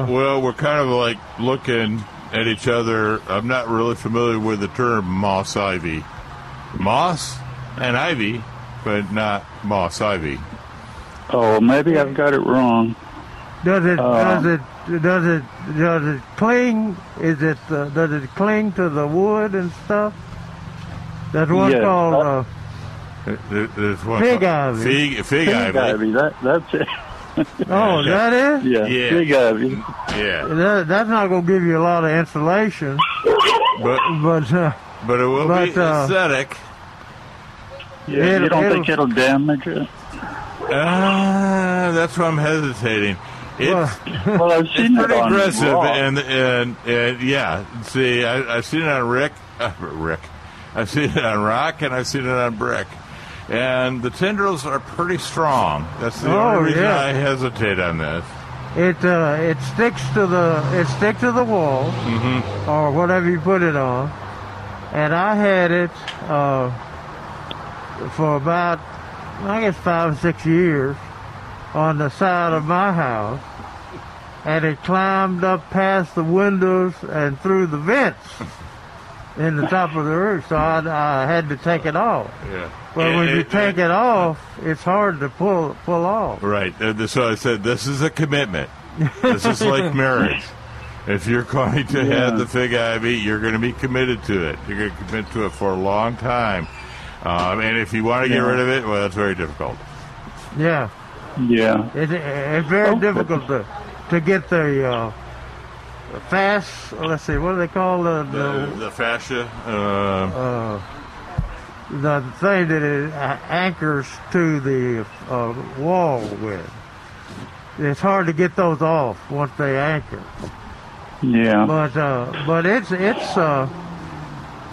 Well, well, we're kind of like looking at each other. I'm not really familiar with the term moss ivy. Moss and ivy, but not moss ivy. Oh, maybe I've got it wrong. Does it Uh, does it does it does it cling? Is it uh, does it cling to the wood and stuff? That's one Yeah. called. *laughs* Uh, There- there's one- Fig ivy. Fig, fig Big ivy. ivy. That, that's it. oh, is that it? Yeah, Yeah. big ivy. Yeah, That, that's not going to give you a lot of insulation, but but uh, but it will be But, uh, aesthetic. Yeah, It'll- you don't think it'll- it'll *laughs* damage it? Ah, that's why I'm hesitating. It's, well, Well, I've it's seen it pretty on aggressive, Raw. and, and and yeah. See, I, I've seen it on Rick, uh, Rick. I've seen it on Rock, and I've seen it on Brick, and the tendrils are pretty strong. That's the Oh, only reason yeah. I hesitate on this. it uh, it sticks to the it sticks to the wall Mm-hmm. or whatever you put it on. And I had it uh, for about I guess five or six years on the side of my house, and it climbed up past the windows and through the vents in the top of the roof. So I, I had to take it off. Yeah. But when It- you it- take it off, it's hard to pull pull off. Right. Uh, So I said, this is a commitment. *laughs* This *laughs* is like marriage. If you're going to have the fig ivy, you're going to be committed to it. You're going to commit to it for a long time. Um, and if you want to get rid of it, well, that's very difficult. Yeah. Yeah. Oh, It, it's very Okay. difficult to, to get the uh, fast. Let's see, what do they call the The, the, the fascia. Uh, uh, the thing that it uh, anchors to the uh, wall with? It's hard to get those off once they anchor. Yeah. But uh, but it's it's. Uh,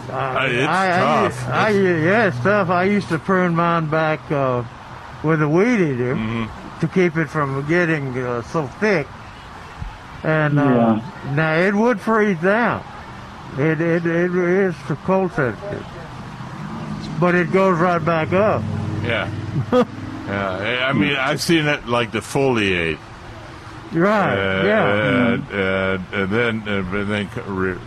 Ah, I, Uh, it's I, tough. I, I, yeah, it's tough. I used to prune mine back uh, with a weed eater Mm-hmm. to keep it from getting uh, so thick. And uh, now it would freeze down. It it, it is cold sensitive, but it goes right back up. *laughs* yeah. Yeah, I mean, I've seen it like defoliate. Right. Uh, yeah. hmm. and, and, and then and then re-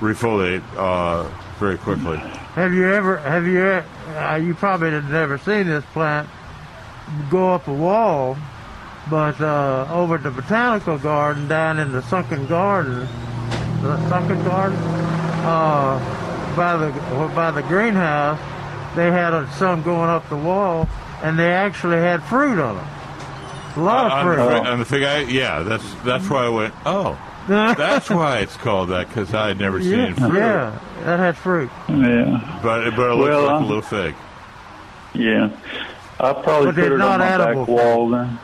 refoliate uh, very quickly. Have you ever? Have you? e- Uh, you probably have never seen this plant go up a wall, but uh, over at the botanical garden down in the sunken garden, the sunken garden, uh, by the by the greenhouse, they had uh, some going up the wall, and they actually had fruit on them. A lot of Uh, on, fruit. the, fri- on the thing, I, yeah, that's that's why I went. *laughs* Oh, that's why it's called that because I had never yeah, seen fruit. yeah, that had fruit. Yeah, But but it looks Well, like I'm- a little fig. yeah. I probably But put they're it not on my edible. back wall then.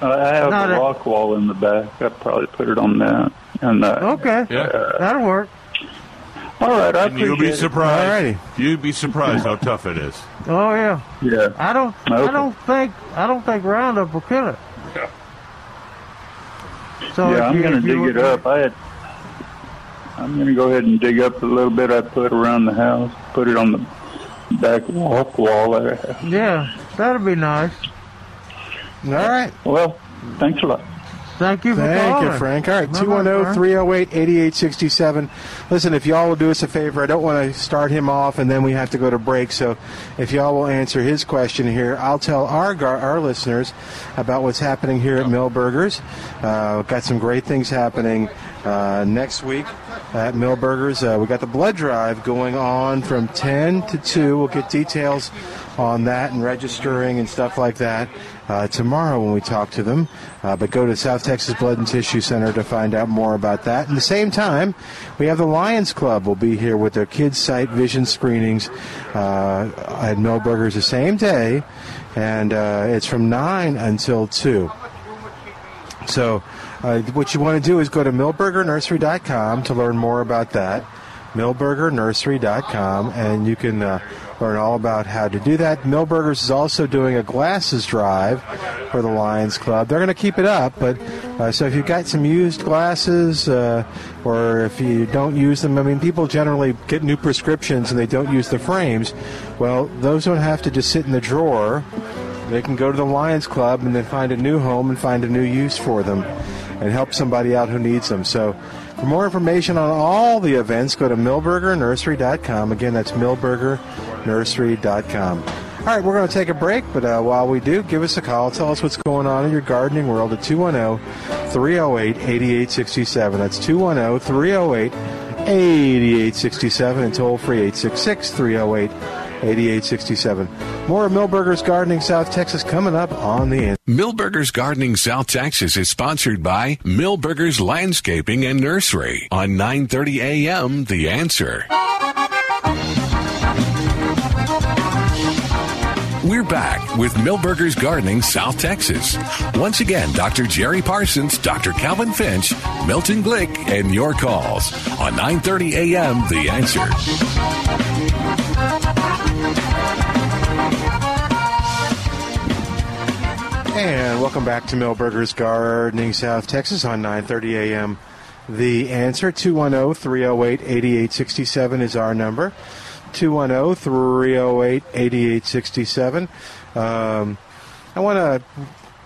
Uh, I have Not a a- rock wall in the back. I probably put it on that. And uh, Okay, Yeah, that'll work. all right, I and you'll be appreciate it. surprised. Alrighty. You'd be surprised how tough it is. Oh yeah. Yeah, I don't. I Okay. don't think. I don't think Roundup will kill it. So if yeah. I'm you- gonna if you dig were- it up. I had. I'm gonna go ahead and dig up a little bit. I put around the house. Put it on the back walk wall. I have. Yeah, that'll be nice. All right. Well, thanks a lot. Thank you for Thank calling. you, Frank. All right, oh, Bye-bye, Frank. 210 308 8867. Listen, if y'all will do us a favor, I don't want to start him off and then we have to go to break. So if y'all will answer his question here, I'll tell our gar- our listeners about what's happening here at Millburgers. Uh, we've got some great things happening uh, next week at Millburgers. Uh, we got the blood drive going on from 10 to 2. We'll get details on that and registering and stuff like that uh, tomorrow when we talk to them. Uh, but go to South Texas Blood and Tissue Center to find out more about that. At the same time, we have the Lions Club will be here with their kids' sight vision screenings uh, at Millburgers the same day, and uh, it's from 9 until 2. So, uh, what you want to do is go to millburgernursery.com to learn more about that. millburgernursery.com, and you can uh, learn all about how to do that. Millburgers is also doing a glasses drive for the Lions Club. They're going to keep it up, but uh, so if you've got some used glasses, uh, or if you don't use them, I mean, people generally get new prescriptions and they don't use the frames. Well, those don't have to just sit in the drawer. They can go to the Lions Club and then find a new home and find a new use for them and help somebody out who needs them. So, for more information on all the events, go to millburgernursery.com. Again, that's millburgernursery.com. All right, we're going to take a break, but uh, while we do, give us a call. Tell us what's going on in your gardening world at 210 308 8867. That's 210 308 8867 and toll free 866 308 8867. More of Millburgers Gardening South Texas coming up on the end. Millburgers Gardening South Texas is sponsored by Millburgers Landscaping and Nursery on 9:30 a.m. The Answer. We're back with Millburgers Gardening South Texas. Once again, Dr. Jerry Parsons, Dr. Calvin Finch, Milton Glick, and your calls on 9:30 a.m. The Answer. And welcome back to Millburgers Gardening South Texas on 9:30 a.m. The answer oh, 210-308-8867 is our number. oh, 210-308-8867. Um, I want to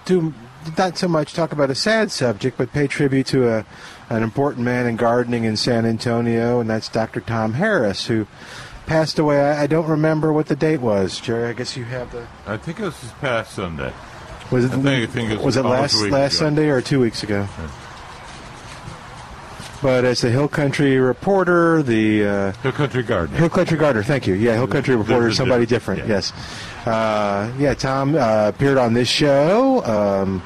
do not so much talk about a sad subject, but pay tribute to a an important man in gardening in San Antonio, and that's Dr. Tom Harris, who passed away. I, I don't remember what the date was, Jerry. I guess you have the. I think it was this past Sunday. Was it, I think- I think it was was it almost last a week last ago. Sunday or two weeks ago? But as the Hill Country reporter, the uh, The Country Garden. Hill Country Gardener, thank you. Yeah, Hill Country reporter, there's a somebody difference, different. Yes. Uh, yeah, Tom uh, appeared on this show um,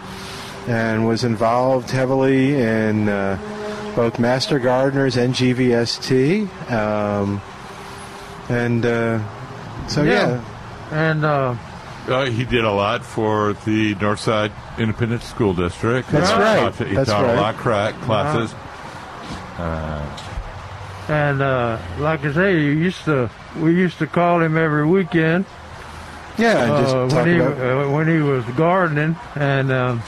and was involved heavily in uh, both Master Gardeners and GVST, um, and uh, so Yeah. yeah. And uh, Uh, he did a lot for the Northside Independent School District. Uh, That's He right. taught- He That's taught right. a lot of cra- classes. Uh, and uh, like I say, you used to we used to call him every weekend Yeah, and just uh, when talk he about- uh, when he was gardening, and um,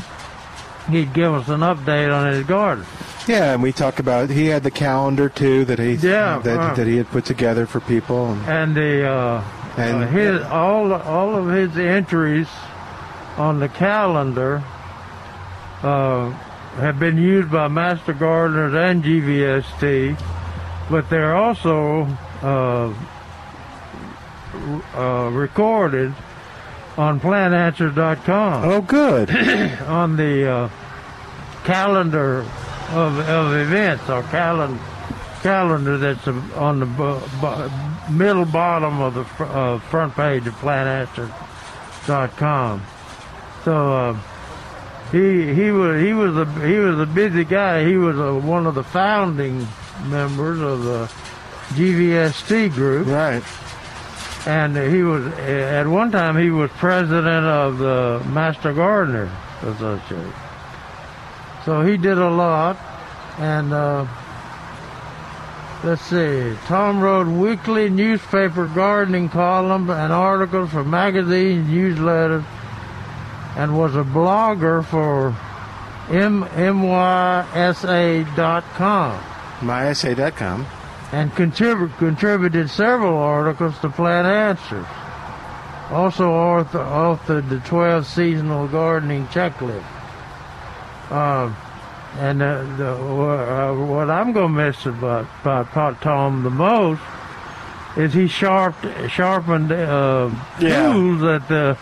he'd give us an update on his garden. Yeah, and we talk about he had the calendar too that he Yeah, uh-huh. that, wow. that he had put together for people. And, and the uh, And- uh, his all all of his entries on the calendar uh, have been used by master gardeners and GVST, but they're also uh, uh, recorded on plantanswers.com. Oh, good. *clears throat* on the uh, calendar of, of events or calendar calendar that's on the bo- bo- middle bottom of the fr- uh, front page of plantanswers.com. So uh, he he was he was a he was a busy guy. He was a, one of the founding members of the GVST group. Right. And he was at one time he was president of the Master Gardener Association. So he did a lot, and. Uh, Let's see. Tom wrote weekly newspaper gardening columns and articles for magazines, newsletters, and was a blogger for MMYSA.com MySA.com. and contrib- contributed several articles to Plant Answers. Also author- authored the 12 seasonal gardening checklist. Um, and uh, the, uh, what I'm going to miss about, about Pot Tom the most is he sharped, sharpened uh, Yeah. tools at the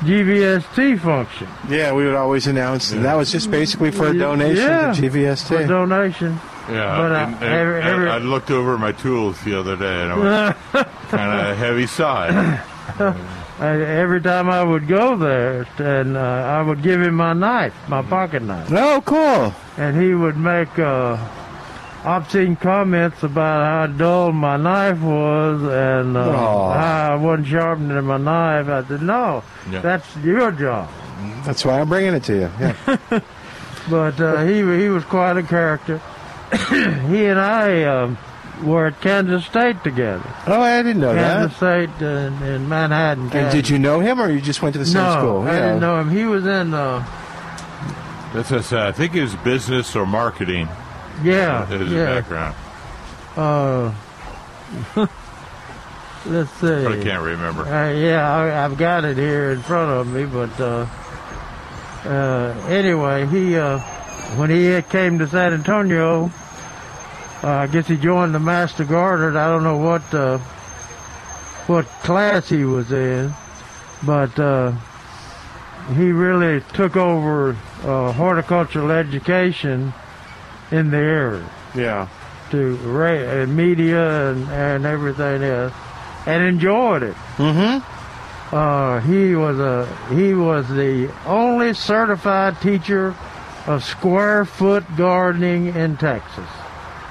GVST function. Yeah, we would always announce and that was just basically for a donation Yeah, to for GVST. donation. Yeah, But, uh, and- and- every- and every- I looked over my tools the other day, and I *laughs* was kind of heavy side. I, every time I would go there, and uh, I would give him my knife, my pocket knife, Oh, cool. and he would make uh, obscene comments about how dull my knife was and uh, Aw. how I wasn't sharpening my knife. I said, "No, Yeah. that's your job." That's why I'm bringing it to you. Yeah. But uh, he he was quite a character. *clears throat* he and I um, were at Kansas State together, Oh, I didn't know Kansas that. State in, in Manhattan. And Kansas. did you know Oh, him, or you just went to the same No, school? I didn't know him. He was in. Uh, That's just, uh, I think it was business or marketing Yeah, is his yeah. background. Uh, *laughs* let's see. But I can't remember. Uh, yeah, I, I've got it here in front of me, but uh, uh, anyway, he uh, when he came to San Antonio, uh, I guess he joined the Master Gardener. I don't know what uh, what class he was in, but uh, he really took over uh, horticultural education in the area Yeah. to ra- uh, media and, and everything else, and enjoyed it. Mm-hmm. Uh, he was a he was the only certified teacher of square foot gardening in Texas.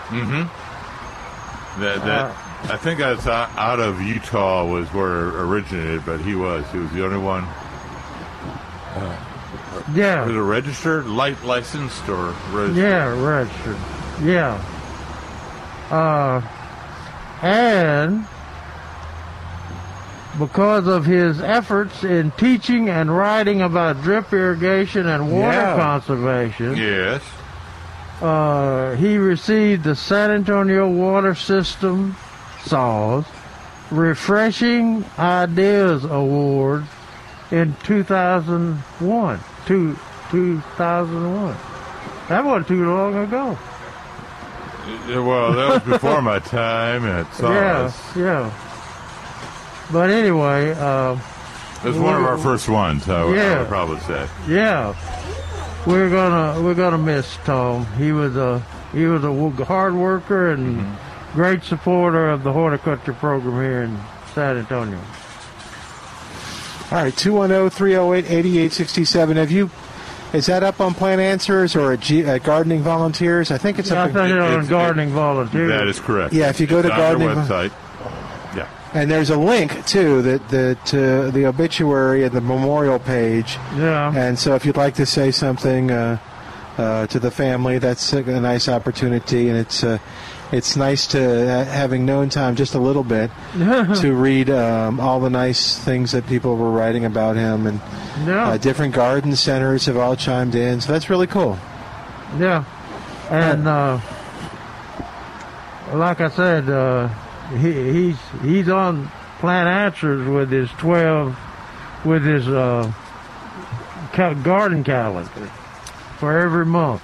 Mm-hmm. That, that Uh, I think I was out out of Utah was where it originated, but he was. He was the only one. Was it Yeah, registered, light licensed, or registered? yeah, registered. Yeah. Uh, and because of his efforts in teaching and writing about drip irrigation and water Yeah. conservation, Yes. Uh, he received the San Antonio Water System SAWS Refreshing Ideas Award in 2001. Two, 2001. That wasn't too long ago. Uh, Well, that was *laughs* before my time at yeah, SARS. yeah. But anyway, uh, It was one of our first ones, I would, I Yeah. would probably say. yeah, we're gonna we're gonna miss Tom. He was a he was a wo- hard worker and Mm-hmm. great supporter of the horticulture program here in San Antonio. All right, oh, 210-308-8867. Have you, is that up on Plant Answers or at, G, at Gardening Volunteers? I think it's Yeah, I up. think It- it on it's- gardening volunteers. That is correct. Yeah, if you go It's to on their gardening- website. Yeah. and there's a link, too, that, that to the obituary and the memorial page. yeah, And so if you'd like to say something uh, uh, to the family, that's a, a nice opportunity. And it's, uh, it's nice to, uh, having known Tom just a *laughs* little bit, to read um, all the nice things that people were writing about him. And yeah, uh, different garden centers have all chimed in. So that's really cool. yeah. And uh, like I said, uh, he, he's he's on Plant Answers with his twelve, with his uh, ca- garden calendar for every month.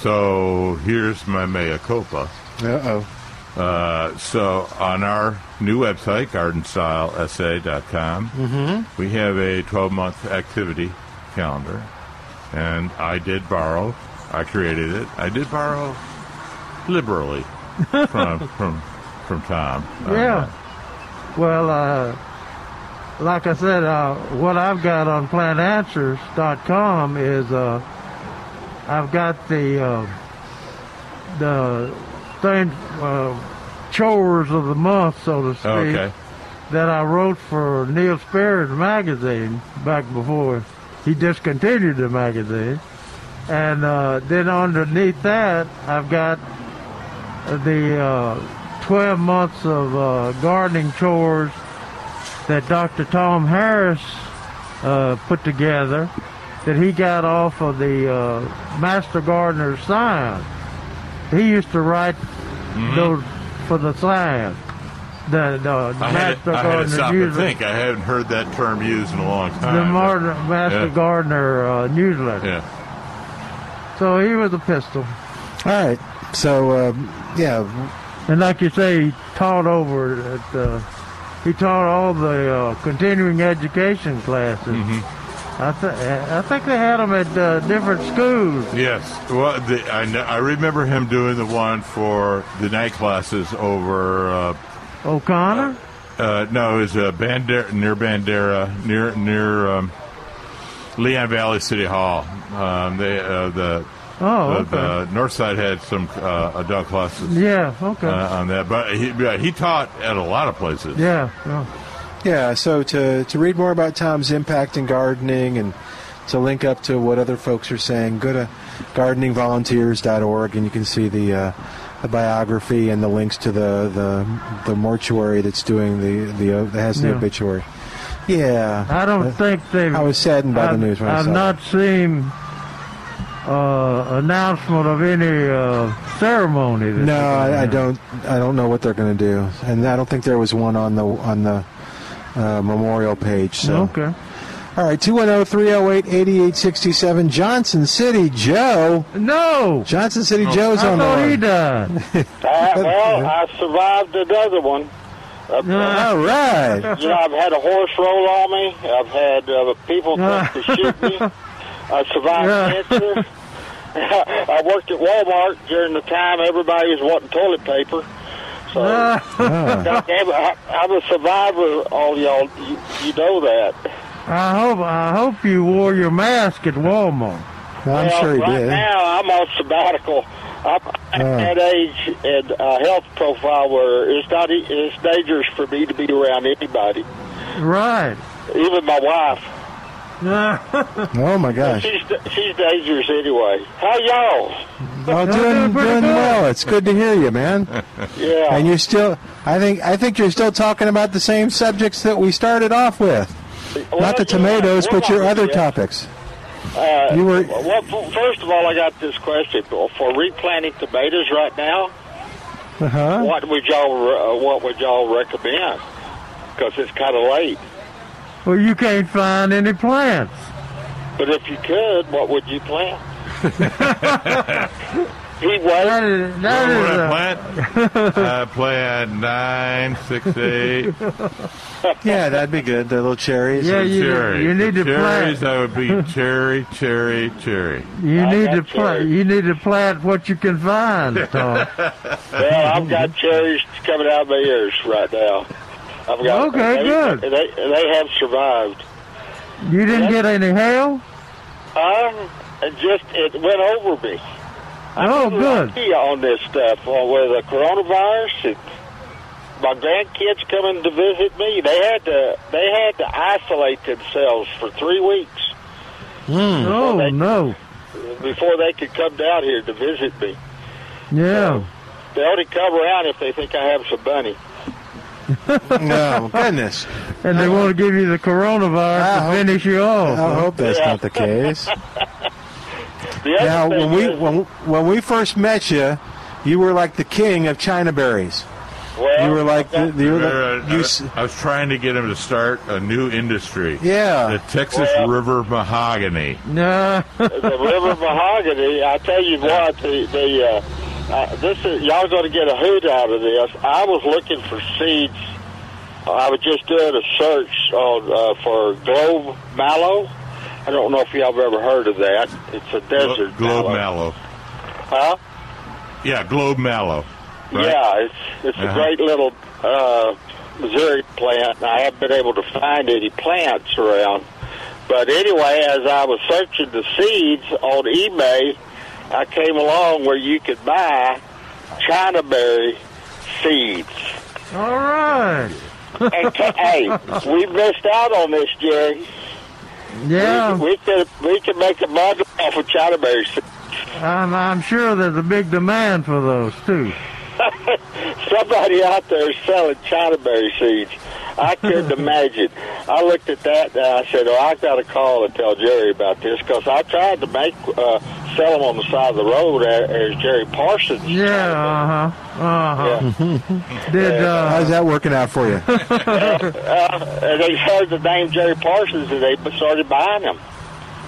So here's my mea culpa. Uh-oh. Uh, so on our new website, gardenstylesa.com, Mhm. we have a 12-month activity calendar, and I did borrow, I created it. I did borrow *laughs* liberally from from from Tom. Uh, on Yeah. Well, uh, like I said, uh, what I've got on plantanswers.com is uh, I've got the uh, the thing uh, chores of the month, so to speak, Okay. that I wrote for Neil Sperry's magazine back before he discontinued the magazine, and uh, then underneath that I've got the uh, 12 months of uh, gardening chores that Dr. Tom Harris uh, put together that he got off of the uh, Master Gardener's sign. He used to write those for the sign. uh, The, the I had, Master to, I had to Gardener stop and newsletter. think. I haven't heard that term used in a long time. The Mar- Master Yeah. Gardener uh, newsletter. Yeah. So he was a pistol. All right. So, uh, yeah. And like you say, he taught over at uh, he taught all the uh, continuing education classes. Mm-hmm. I th- I think they had them at uh, different schools. Yes. Well, the, I, kn- I remember him doing the one for the night classes over. Uh, O'Connor. uh, no, it was uh, Bandera, near Bandera, near near um, Leon Valley City Hall. Um, they uh, the Oh, the, the North Side had some uh, adult classes. Yeah. Okay. Uh, on that, but he, but he taught at a lot of places. yeah. Yeah, so to, to read more about Tom's impact in gardening and to link up to what other folks are saying, go to gardeningvolunteers.org and you can see the uh, the biography and the links to the, the, the mortuary that's doing the, the that has the Yeah. obituary. Yeah. I don't think they. I was saddened by the news when I I've saw not seen uh, announcement of any uh, ceremony. that No, they're gonna I, I have. don't. I don't know what they're going to do, and I don't think there was one on the on the uh, memorial page. So. Okay. All right, oh, 210-308-8867, Johnson City Joe. No. Johnson City Joe's I on thought he the line. Uh, well, I survived another one. Uh, All right. You know, I've had a horse roll on me. I've had uh, *laughs* people come to shoot me. I survived cancer. *laughs* I worked at Walmart during the time everybody was wanting toilet paper. *laughs* So Uh. goddamn it, I, I'm a survivor. All y'all, you, you know that. I hope I hope you wore your mask at Walmart. well, right now I'm on sabbatical. I'm Uh. Oh. at that age and uh, health profile where it's not e- it's dangerous for me to be around anybody, Right. even my wife. *laughs* oh my gosh. She's she's dangerous anyway. How y'all? Well, doing doing well. It's good to hear you, man. Yeah. And you're still. I think I think you're still talking about the same subjects that we started off with. Not the tomatoes, but your other topics. Uh, You were- well. f- First of all, I got this question for replanting tomatoes right now. Uh Uh-huh. huh. What would y'all re- uh, What would y'all recommend? Because it's kind of late. Well, you can't find any plants. But if you could, what would *laughs* you plant? he That was. is, that Remember is what a- I *laughs* plant? I plant nine, six, eight. *laughs* *laughs* Yeah, that'd be good. The little cherries. Yeah, you- cherry. you need The to plant. cherries. That would *laughs* be cherry, cherry, cherry. You I need got to plant. cherries. You need to plant what you can find, Tom. Well, I've got cherries coming out of my ears right now. I've got. Okay, they, good. They, they have survived. you didn't get any hail. Uh, it just it went over me. Oh, good. Lucky on this stuff uh, with the coronavirus. And my grandkids coming to visit me. They had to they had to isolate themselves for three weeks Oh no. before they could come down here to visit me. Yeah. They only come around if they think I have some money. No goodness. And they want to give you the I coronavirus hope- to finish you off. I hope that's Yeah. not the case. *laughs* The other Now, thing when we is- when, when we first met you, you were like the king of China berries. you were like the, you were Uh, like, you s- I was trying to get him to start a new industry. Yeah. The Texas River Mahogany. No. the river mahogany. I tell you what, the the uh, uh, this is y'all going to get a hoot out of this. I was looking for seeds. I was just doing a search on uh, for globe mallow. I don't know if y'all have ever heard of that. It's a desert Globe Mallow. mallow. huh? Yeah, Globe Mallow. right? Yeah, it's it's Uh-huh. a great little uh, Missouri plant. and I haven't been able to find any plants around. But anyway, as I was searching the seeds on eBay, I came along where you could buy China berry *laughs* seeds. All right. And ca- hey, we missed out on this, Jerry. Yeah. We, we could we could make a bundle off of China berry seeds. I'm, I'm sure there's a big demand for those too. *laughs* Somebody out there is selling chinaberry seeds. I couldn't *laughs* imagine. I looked at that and I said, "Oh, I got to call and tell Jerry about this because I tried to make uh, sell them on the side of the road as, as Jerry Parsons." *laughs* Yeah. Uh huh. Uh huh. *laughs* Did uh, how's that working out for *laughs* you? Uh, and they heard the name Jerry Parsons and they started buying them.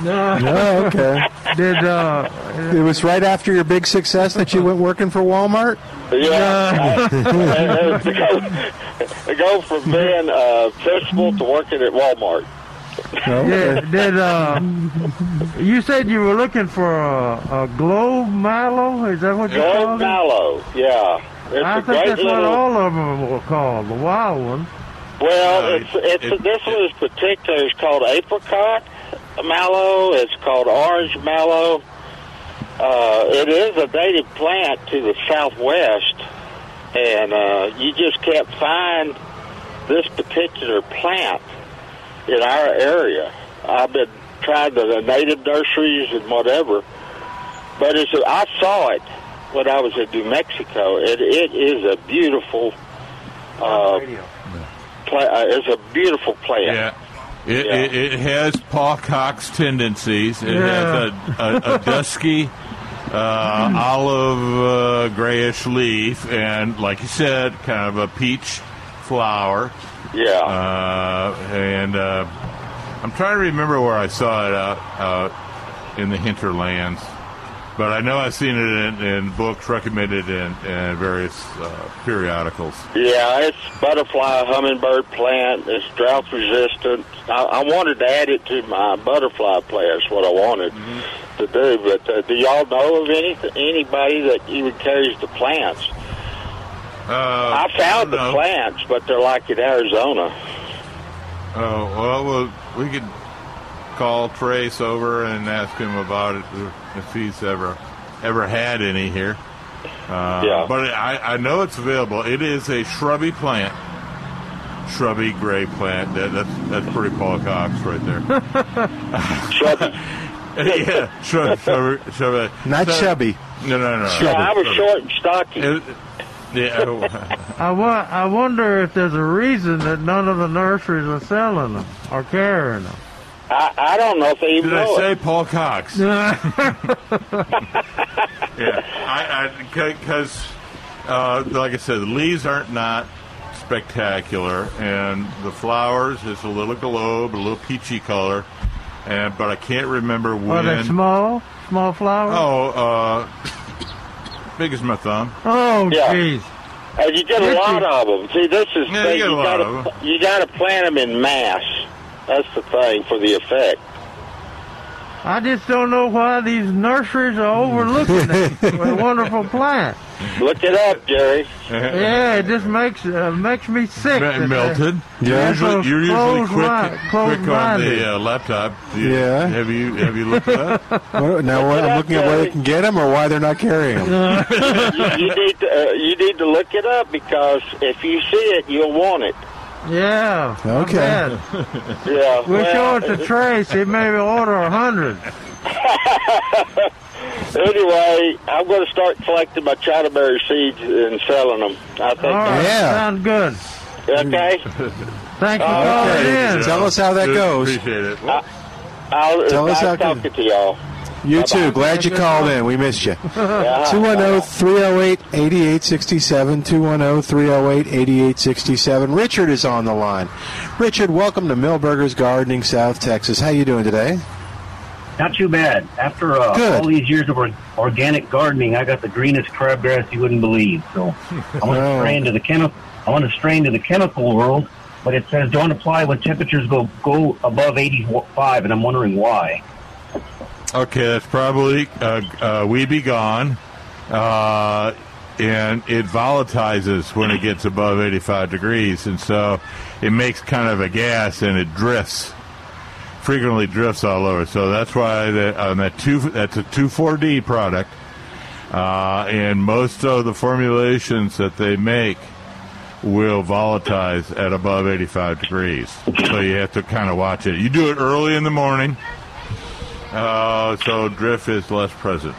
oh, okay. Did uh, It was right after your big success that you went working for Walmart. Yeah. I- *laughs* to, go, to go from being uh, principal to working at Walmart. Did, did uh, you said you were looking for a, a globe mallow? Is that what you Gold called it? mallow. Yeah. It's I a think great that's what little, all of them were called, the wild one. Well, it's it's this one is particular. It's called apricot mallow. It's called orange mallow. Uh, it is a native plant to the southwest, and uh, you just can't find this particular plant in our area. I've been trying to the native nurseries and whatever, but it's a, I saw it when I was in New Mexico, and it is a beautiful. Uh, pla uh, it's a beautiful plant. Yeah. It, it, it has Paul Cox tendencies. It has a, a, a dusky uh, olive uh, grayish leaf, and like you said, kind of a peach flower. Yeah. Uh, and uh, I'm trying to remember where I saw it out, out in the hinterlands, but I know I've seen it in, in books recommended in, in various uh, periodicals. Yeah, it's butterfly hummingbird plant. It's drought resistant. I, I wanted to add it to my butterfly plant. Is what I wanted Mm-hmm. to do. But uh, do y'all know of any anybody that even carries the plants? Uh, I found the no. plants, but they're like in Arizona. Oh well, well, we could call Trace over and ask him about it if he's ever ever had any here. Uh, Yeah. But I, I know it's available. It is a shrubby plant, shrubby gray plant. That, that's that's pretty Paul Cox right there. *laughs* Shrubby. *laughs* yeah, shrub, shrub, shrub, Not so- chubby. No, no, no. Yeah, I was Shrubby. short and stocky. It- yeah, *laughs* oh, I, wa- I wonder if there's a reason that none of the nurseries are selling them or carrying them. I, I don't know if they even Did I know say it. Paul Cox? *laughs* yeah, Yeah, I, I because uh, like I said, the leaves aren't not spectacular, and the flowers is a little globe, a little peachy color, and but I can't remember when. are they small? Small flowers? Oh, uh, big as my thumb. Oh, Yeah. jeez. And Uh, you get a lot of them. See, this is Yeah, you thing. get a lot gotta, of 'em. you got to plant them in mass. That's the thing for the effect. I just don't know why these nurseries are *laughs* overlooking this wonderful plant. Look it *laughs* up, Jerry. Yeah, it just makes uh, makes me sick. that Me- they- Melted. Yeah. Usually, you're usually Close quick, mind- close quick on minded. the uh, laptop. Do you- Yeah. Have you have you looked it up? *laughs* What- Now what, I'm looking at where they can get them or why they're not carrying them. *laughs* you, you need to, uh, you need to look it up because if you see it, you'll want it. Yeah. I *laughs* Okay. bet. Yeah. We'll show well, it to Trace. He maybe order a hundred. Anyway, I'm going to start collecting my chinaberry seeds and selling them. I think. All right. Yeah. Sounds good. Okay. Thanks for calling okay. in. Tell us how that Good, goes. Appreciate it. I'll, Tell us nice how good- talking to y'all. You too. Glad you called in. We missed *laughs* you. oh, 210 308 8867. 210 308 8867. Richard is on the line. Richard, welcome to Millburgers Gardening, South Texas. How you doing today? Not too bad. After uh, Good. all these years of or- organic gardening, I got the greenest crabgrass you wouldn't believe. So I want to Wow. stray into the chemical. I want to stray into the chemical world, but it says don't apply when temperatures go go above 85, and I'm wondering why. Okay, that's probably uh, uh, We Be Gone. Uh, and it volatilizes when it gets above 85 degrees. And so it makes kind of a gas and it drifts, frequently drifts all over. So that's why that, on that two, that's a 2,4-D product. Uh, and most of the formulations that they make will volatilize at above 85 degrees. So you have to kind of watch it. You do it early in the morning. Uh, so drift is less present.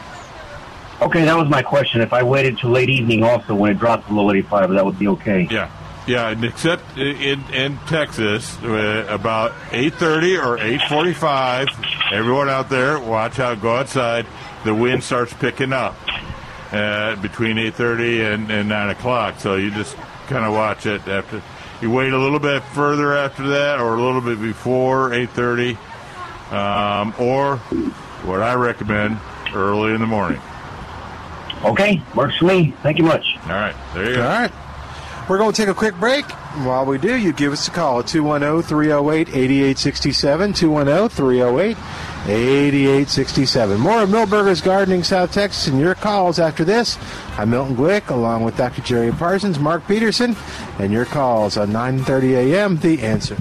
Okay, that was my question. If I waited till late evening, also when it drops below 85, that would be okay. Yeah, yeah. and Except i- in in Texas, uh, about eight thirty or eight forty five. Everyone out there, watch out. Go outside. The wind starts picking up uh, between eight thirty and, and nine o'clock. So you just kind of watch it after. You wait a little bit further after that, or a little bit before eight thirty, um, or what I recommend early in the morning. Okay, works for me. Thank you much. All right, there you All go. right. We're going to take a quick break. While we do, you give us a call oh, at 210 308 8867. 210 308 8867. More of Millburgers Gardening South Texas and your calls after this. I'm Milton Glick along with Dr. Jerry Parsons, Mark Peterson, and your calls on 9:30 a.m. The answer.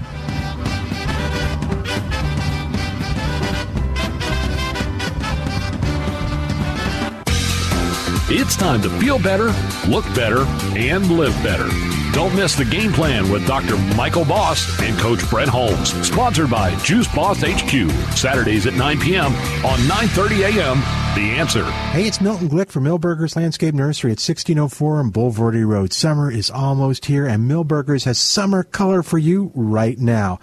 It's time to feel better, look better, and live better. Don't miss the game plan with Dr. Michael Boss and Coach Brett Holmes, sponsored by Juice Boss HQ, Saturdays at 9 p.m. on 9:30 a.m. The Answer. Hey, it's Milton Glick from Millburgers Landscape Nursery at 1604 on Boulevardy Road. Summer is almost here, and Millburgers has summer color for you right now.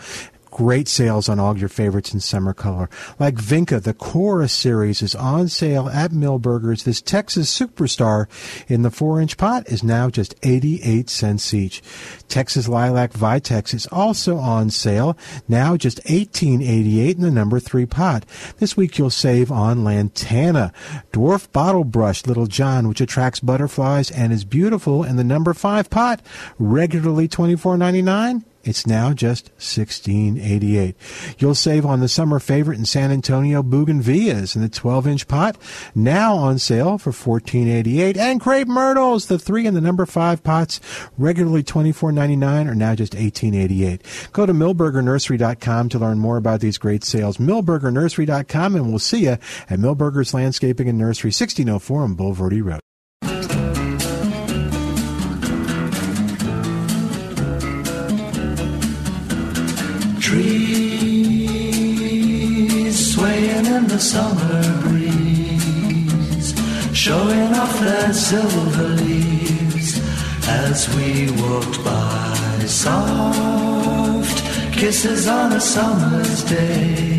Great sales on all your favorites in summer color. Like Vinca, the Chorus series is on sale at Millburgers. This Texas superstar in the 4 inch pot is now just 88 cents each. Texas Lilac Vitex is also on sale, now just 1888 in the number 3 pot. This week you'll save on Lantana, Dwarf Bottle Brush Little John, which attracts butterflies and is beautiful in the number 5 pot, regularly $24.99. It's now just $16.88. You'll save on the summer favorite in San Antonio, Bougainvilleas, in the 12-inch pot, now on sale for $14.88. And crepe myrtles, the three and the number five pots, regularly $24.99, are now just $18.88. Go to millburgernursery.com to learn more about these great sales. millburgernursery.com, and we'll see you at Millburgers Landscaping and Nursery, 1604 on Boulevardy Road. Trees swaying in the summer breeze, showing off their silver leaves as we walked by. Soft kisses on a summer's day,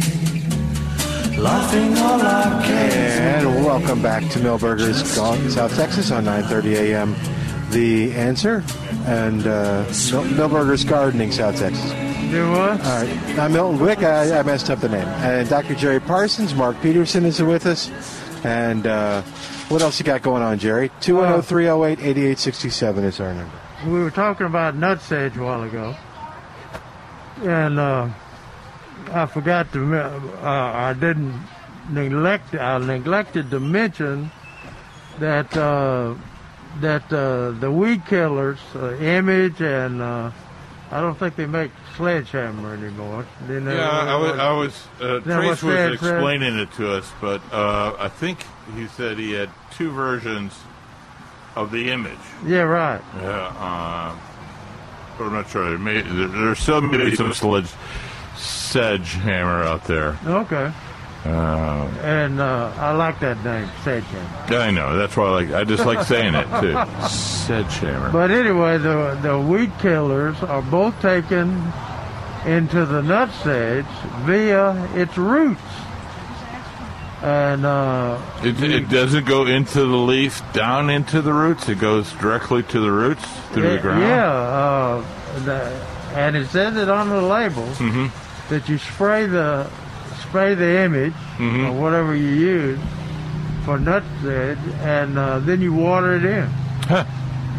laughing all our cares. And welcome back to Millburgers, Gone- South Texas on 9:30 a.m. The answer and uh, Mil- Millburgers Gardening, South Texas. Do what? All right, I'm Milton Glick. I, I messed up the name. And Dr. Jerry Parsons, Mark Peterson is with us. And uh, what else you got going on, Jerry? 210-308-8867 is our number. we were talking about nutsedge a while ago, and uh, I forgot to. me- Uh, I didn't neglect. I neglected to mention that uh, that uh, the weed killers, uh, Image, and uh, I don't think they make sledgehammer anymore. They never- Yeah, I was. I was uh, Now, Trace what's was that, uh, explaining it to us, but uh, I think he said he had two versions of the image. Yeah, right. Yeah, um, but I'm not sure. There may, there, there's some maybe some sledge sledgehammer out there. Okay, Uh, and uh, I like that name, sledgehammer. I know. That's why I like. I just like saying it too. Sledgehammer. But anyway, the the weed killers are both taken into the nutsedge via its roots. and uh, It, it doesn't go into the leaf, down into the roots. It goes directly to the roots, through the Yeah, ground. Yeah, uh, the, and it says it on the label Mm-hmm. that you spray the spray the image Mm-hmm. or whatever you use for nutseed, and uh, then you water it in.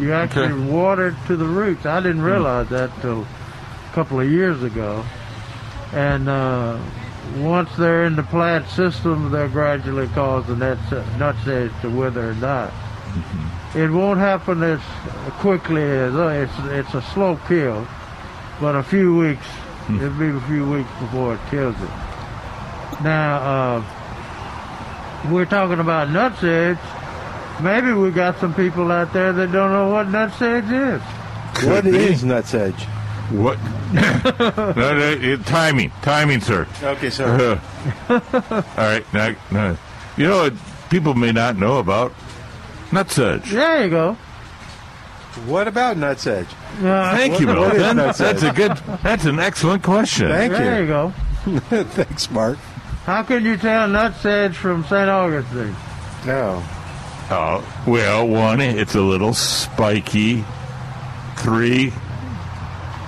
You actually water it to the roots. I didn't realize that till a couple of years ago. And uh, once they're in the plant system, they're gradually causing that nutseed to wither and die. It won't happen as quickly as uh, it's. It's a slow kill, but a few weeks. It'll be a few weeks before it kills it. Now uh, we're talking about nutseeds. Maybe we got some people out there that don't know what nutseeds is. What is nuts edge? What? *laughs* no, no, it, timing, timing, sir. Uh-huh. Okay, sir. All right, now, now, you know what people may not know about nutsedge. There you go. Uh, What about nuts edge? Thank you, What- what is Milton. nuts That's a edge? good. That's an excellent question. Thank there you go. you. *laughs* Thanks, Mark. How can you tell nutseeds from St. Augustine? No. Oh well, one, it's a little spiky. Three,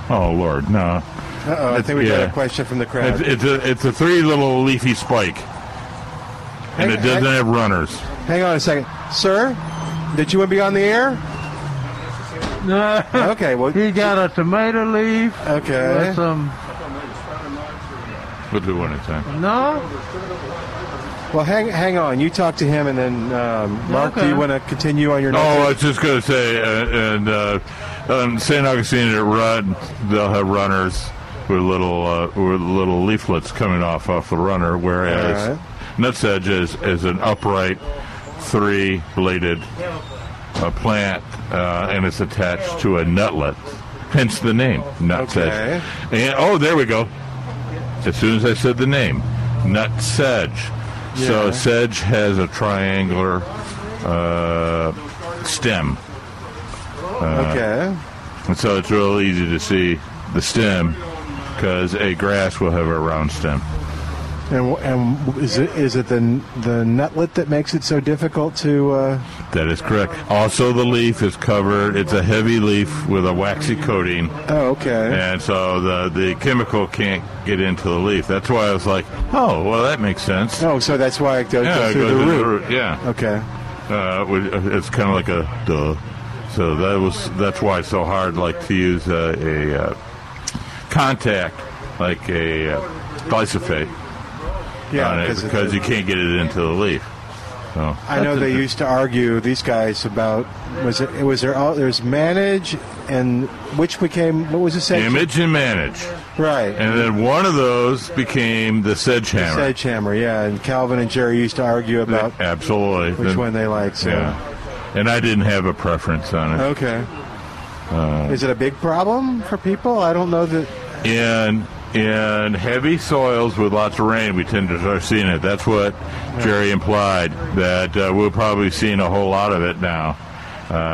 oh Lord, no. Uh oh, I think we got Yeah. a question from the crowd. It's, it's a it's a three little leafy spike, and it doesn't have runners. Hang on a second. Sir, did you want to be on the air? *laughs* No. Okay, well. He got a tomato leaf. Okay. with some. We'll do one at a time. No. Well, hang hang on. You talk to him, and then um, Mark, do you want to continue on your? Oh, I next- was just going to say, uh, and uh, um, St. Augustine at Run, they'll have runners with little uh, with little leaflets coming off off the runner, All whereas right. Nuts Edge is, is an upright, three bladed uh, plant, uh, and it's attached to a nutlet, hence the name Nuts Okay. Edge. And, oh, there we go. As soon as I said the name, Nut Sedge. So Yeah. sedge has a triangular uh, stem. Uh, okay. And so it's real easy to see the stem because a grass will have a round stem. And, and is it is it the the nutlet that makes it so difficult to? Uh, That is correct. Also, the leaf is covered. It's a heavy leaf with a waxy coating. oh, okay. And so the, the chemical can't get into the leaf. That's why I was like, oh, well, that makes sense. Oh, so that's why it goes, Yeah, goes it through goes the into the root. root, yeah. Okay. Uh, we- it's kind of like a duh. So that was that's why it's so hard, like to use a, a uh, contact, like a uh, glyphosate. on Yeah, it because because you can't get it into the leaf. So I know they used to argue these guys about was it was there all there's manage and which became what was it section? image and manage, right and then one of those became the sedgehammer. sledgehammer yeah and Calvin and Jerry used to argue about Absolutely, which Then- one they like so Yeah, and I didn't have a preference on it. Uh, okay Oh. is it a big problem for people I don't know that in in heavy soils with lots of rain, we tend to start seeing it. That's what Jerry implied that uh, we're probably seeing a whole lot of it now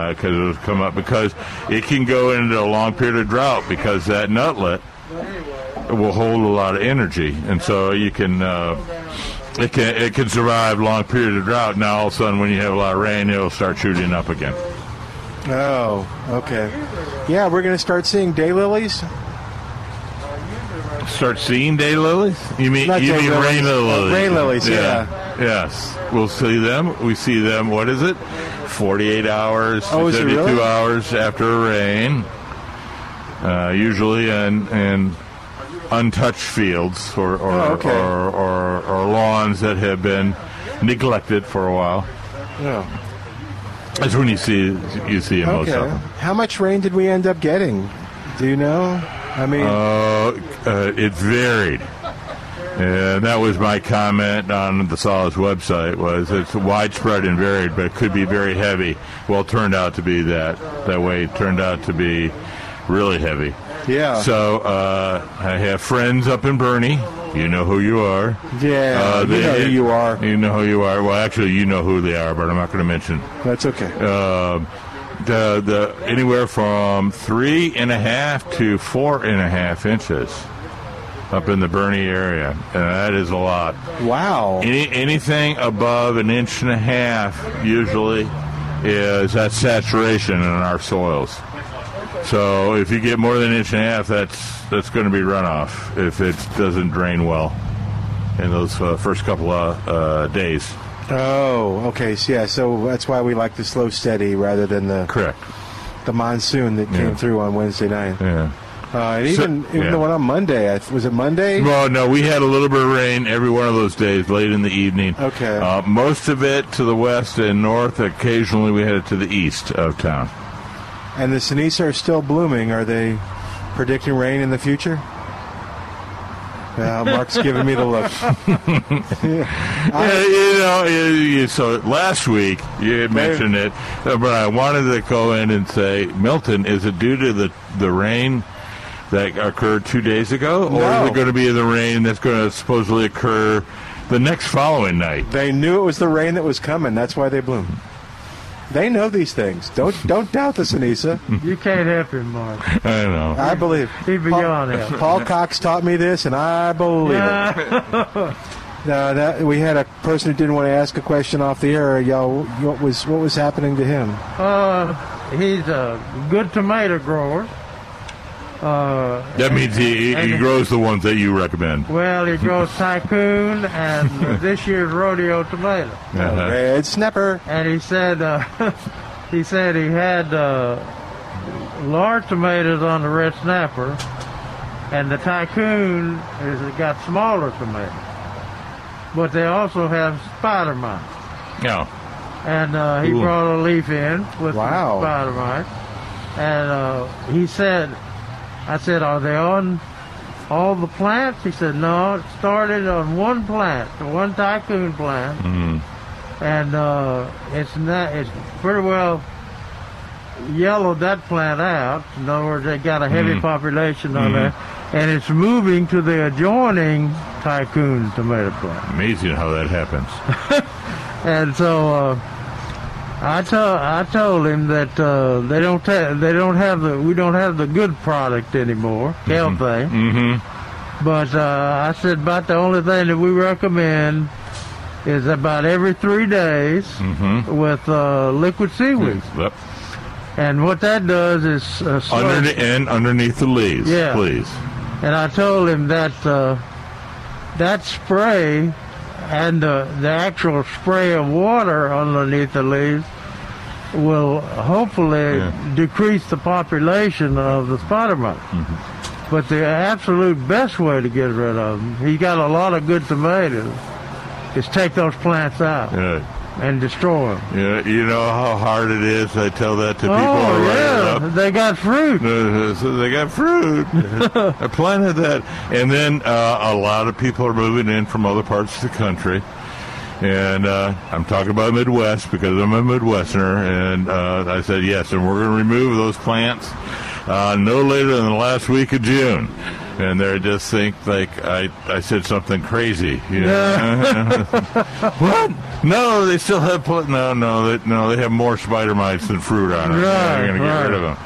because it'll come up because it can go into a long period of drought because that nutlet will hold a lot of energy, and so you can. Uh, it can it can survive long period of drought. Now all of a sudden, when you have a lot of rain, it'll start shooting up again. oh okay yeah we're gonna start seeing daylilies Start seeing day lilies? You mean Not you mean daylilies, rain uh, lilies? rain lilies, Yes. We'll see them. We see them. What is it? Forty-eight hours, Oh, to is it seventy-two really? hours after rain. Uh, usually in in untouched fields or or, Oh, okay. or, or or lawns that have been neglected for a while. yeah That's when you see you see most of okay them. how much rain did we end up getting do you know Um, I mean Uh, uh, it varied. And that was my comment on the Solace website was it's widespread and varied, but it could be very heavy. Well, it turned out to be that that way. It turned out to be really heavy. yeah So uh, I have friends up in Bernie. You know who you are. yeah you Uh, they- know who you are You know who you are. Well, actually, you know who they are, but I'm not going to mention that's okay um, the the anywhere from three and a half to four and a half inches up in the Bernie area, and that is a lot. Wow. Any, anything above an inch and a half usually is that saturation in our soils. So if you get more than an inch and a half, that's that's going to be runoff if it doesn't drain well in those uh, first couple of uh, days. Oh, okay. So, yeah, so that's why we like the slow, steady rather than the correct the monsoon that Yeah. came through on Wednesday night. Yeah. Uh, and even So- even yeah. the one on Monday, I th- was it Monday? Well, no, we had a little bit of rain every one of those days, late in the evening. Okay. Uh, most of it to the west and north. Occasionally, we had it to the east of town. And the Sinisa are still blooming. Are they predicting rain in the future? Uh, Mark's giving me the look. *laughs* *laughs* Yeah, you know, you- you- so last week you had mentioned it, uh, but I wanted to go in and say, Milton, is it due to the the rain that occurred two days ago, or No. is it going to be the rain that's going to supposedly occur the next following night? They knew it was the rain that was coming. That's why they bloom. They know these things. Don't don't doubt the Sinisa. You can't help him, Mark. I know. I believe. He's beyond Paul, help. Paul Cox taught me this, and I believe it. *laughs* Uh, that, we had a person who didn't want to ask a question off the air. Y'all, what was what was happening to him? Uh, he's a good tomato grower. Uh, That means he, he- he and- grows the ones that you recommend. Well, he grows Tycoon *laughs* and this year's Rodeo tomato. Uh-huh. Red snapper. And he said, uh, *laughs* he said he had uh, large tomatoes on the red snapper, and the Tycoon has got smaller tomatoes. But they also have spider mites. No. and uh, he Ooh. brought a leaf in with Wow. some spider mite. And uh, he said, I said, are they on all the plants? He said, no, it started on one plant, the one tycoon plant, Mm. Mm-hmm. and uh, it's not, it's pretty well yellowed that plant out. In other words, they got a heavy Mm-hmm. Mm. population on Mhm. there, and it's moving to the adjoining tycoon tomato plant. Amazing how that happens. And so uh, I told I told him that uh, they don't ta- they don't have the we don't have the good product anymore, healthy. Mm-hmm. But uh, I said about the only thing that we recommend is about every three days with uh, liquid seaweed. Yep. And what that does is uh, slow- Under, and underneath the leaves, Yeah. please. and I told him that uh, that spray and the, the actual spray of water underneath the leaves will hopefully decrease the population of the spider mite. Mm-hmm. But the absolute best way to get rid of them, he got a lot of good tomatoes, is take those plants out Yeah. and destroy them. You know, you know how hard it is. I tell that to people. Oh, who write it yeah, up. they got fruit. Uh, so they got *laughs* fruit. I planted that, and then uh, a lot of people are moving in from other parts of the country. And uh, I'm talking about Midwest because I'm a Midwesterner, and uh, I said yes, and we're going to remove those plants uh, no later than the last week of June. And they just think like I, I said something crazy. *laughs* You *laughs* know? what? No, they still have pl- no, no, they, no. They have more spider mites than fruit on them. They're Right, going to get right. rid of them.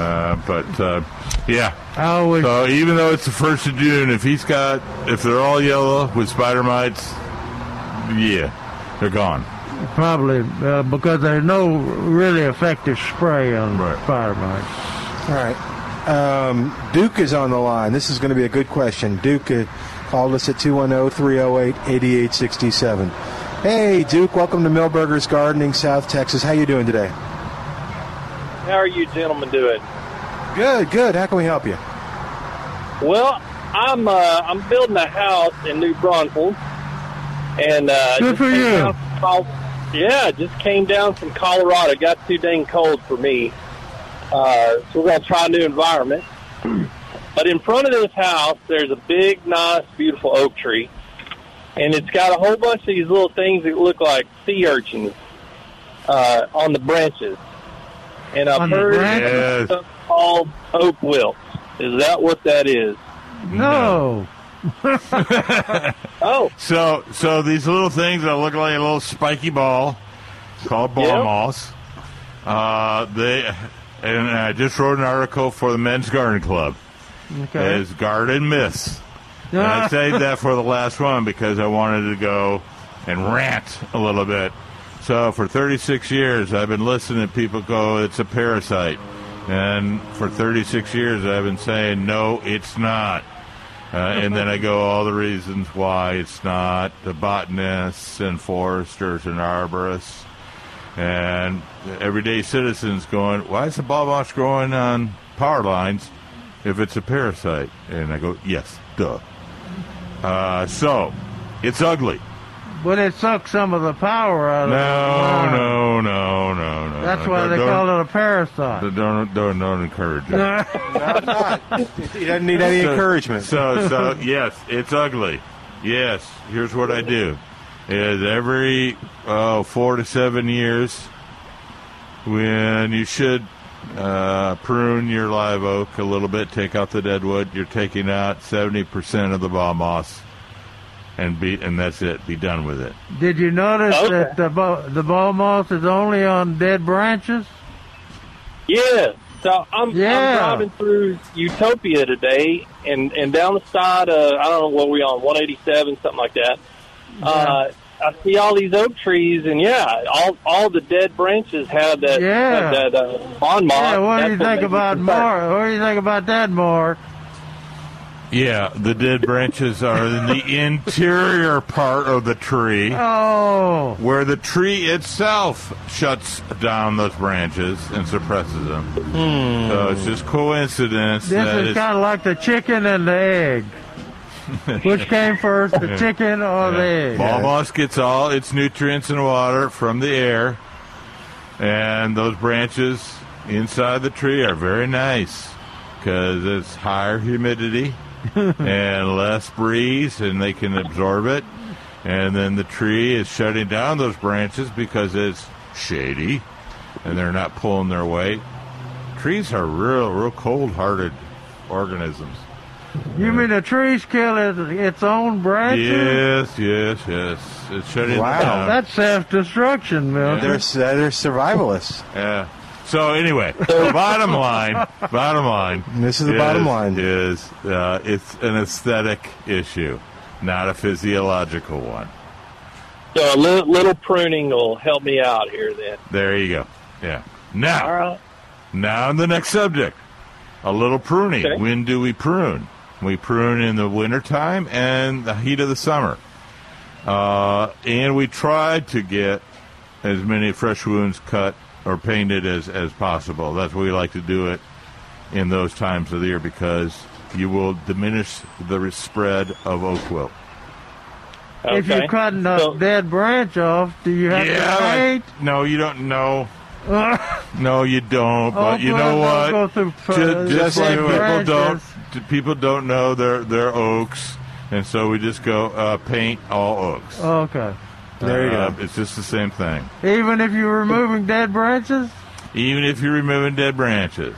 Uh, but uh, yeah. I always So even though it's the first of June, if he's got if they're all yellow with spider mites, yeah, they're gone. Probably uh, because there's no really effective spray on spider mites. All right. Um, Duke is on the line. This is going to be a good question. Duke uh, called us at 210 308 8867. Hey, Duke, welcome to Millburgers Gardening, South Texas. How you doing today? How are you gentlemen doing? Good, good. How can we help you? Well, I'm uh, I'm building a house in New Brunswick, and uh, Good just for came you. down from Col- yeah, just came down from Colorado. Got too dang cold for me, uh, so we're gonna try a new environment. But in front of this house, there's a big, nice, beautiful oak tree, and it's got a whole bunch of these little things that look like sea urchins uh, on the branches. And I've On the heard branches? something called oak wilt. Is that what that is? *laughs* No. oh, so so these little things that look like a little spiky ball called ball Yeah. moss. Uh, they and I just wrote an article for the Men's Garden Club. Okay. Ah, As garden myths. *laughs* And I saved that for the last one because I wanted to go and rant a little bit. So for 36 years, I've been listening to people go, it's a parasite. And for 36 years, I've been saying, no, it's not. Uh, and then I go all the reasons why it's not. The botanists and foresters and arborists and everyday citizens going, why is the bobox growing on power lines if it's a parasite? And I go, yes, duh. Uh, so, it's ugly. But it sucks some of the power out No, of it. Ah, no, no, no, no. That's why they call it a parasite. *laughs* Don't, don't, don't, don't encourage it. He doesn't need any So- encouragement. So, so yes, it's ugly. Yes, here's what I do: is every uh, four to seven years, when you should uh, prune your live oak a little bit, take out the dead wood. You're taking out seventy percent of the ball moss, and be and that's it. Be done with it. Did you notice that the bo- the ball moss is only on dead branches? Yeah. So I'm, Yeah. I'm driving through Utopia today, and and down the side, uh, I don't know what we on 187, something like that. Uh, I see all these oak trees, and yeah, all all the dead branches have that Yeah. have that uh, bon mot. yeah, what That's do you made think me about concerned. Mark? What do you think about that, Mark? Yeah, the dead branches are in the *laughs* interior part of the tree. Oh, where the tree itself shuts down those branches and suppresses them. So it's just coincidence Hmm. this that is kind of like the chicken and the *laughs* egg. it's Which came first, the Yeah. chicken or the egg? Ball moss gets all its nutrients and water from the air, and those branches inside the tree are very nice because it's higher humidity and less breeze, and they can absorb it. And then the tree is shutting down those branches because it's shady, and they're not pulling their weight. Trees are real, real cold-hearted organisms. You mean the trees kill it, its own branches? Yes, yes, yes. It's shutting down. That's self-destruction, Milton. They're, they're *laughs* survivalists. Yeah. So *laughs* anyway, the bottom line, bottom line. This is the bottom line. Is uh, it's an aesthetic issue, not a physiological one. So a little, little pruning will help me out here. Then There you go. Yeah. Now, all right. now on the next subject, a little pruning. Okay. When do we prune? We prune in the wintertime and the heat of the summer. Uh, and we try to get as many fresh wounds cut or painted as, as possible. That's why we like to do it in those times of the year because you will diminish the spread of oak wilt. If you're cutting a dead branch off, do you have Yeah, to paint? No, you don't know. No, you don't. But you Oakwood know don't what? go through Ju- pr- just, just like like people branches. don't, d- people don't know their their oaks, and so we just go uh, paint all *laughs* oaks. Oh. Okay. There you Uh, It's just the same thing. Even if you're removing dead branches? Even if you're removing dead branches,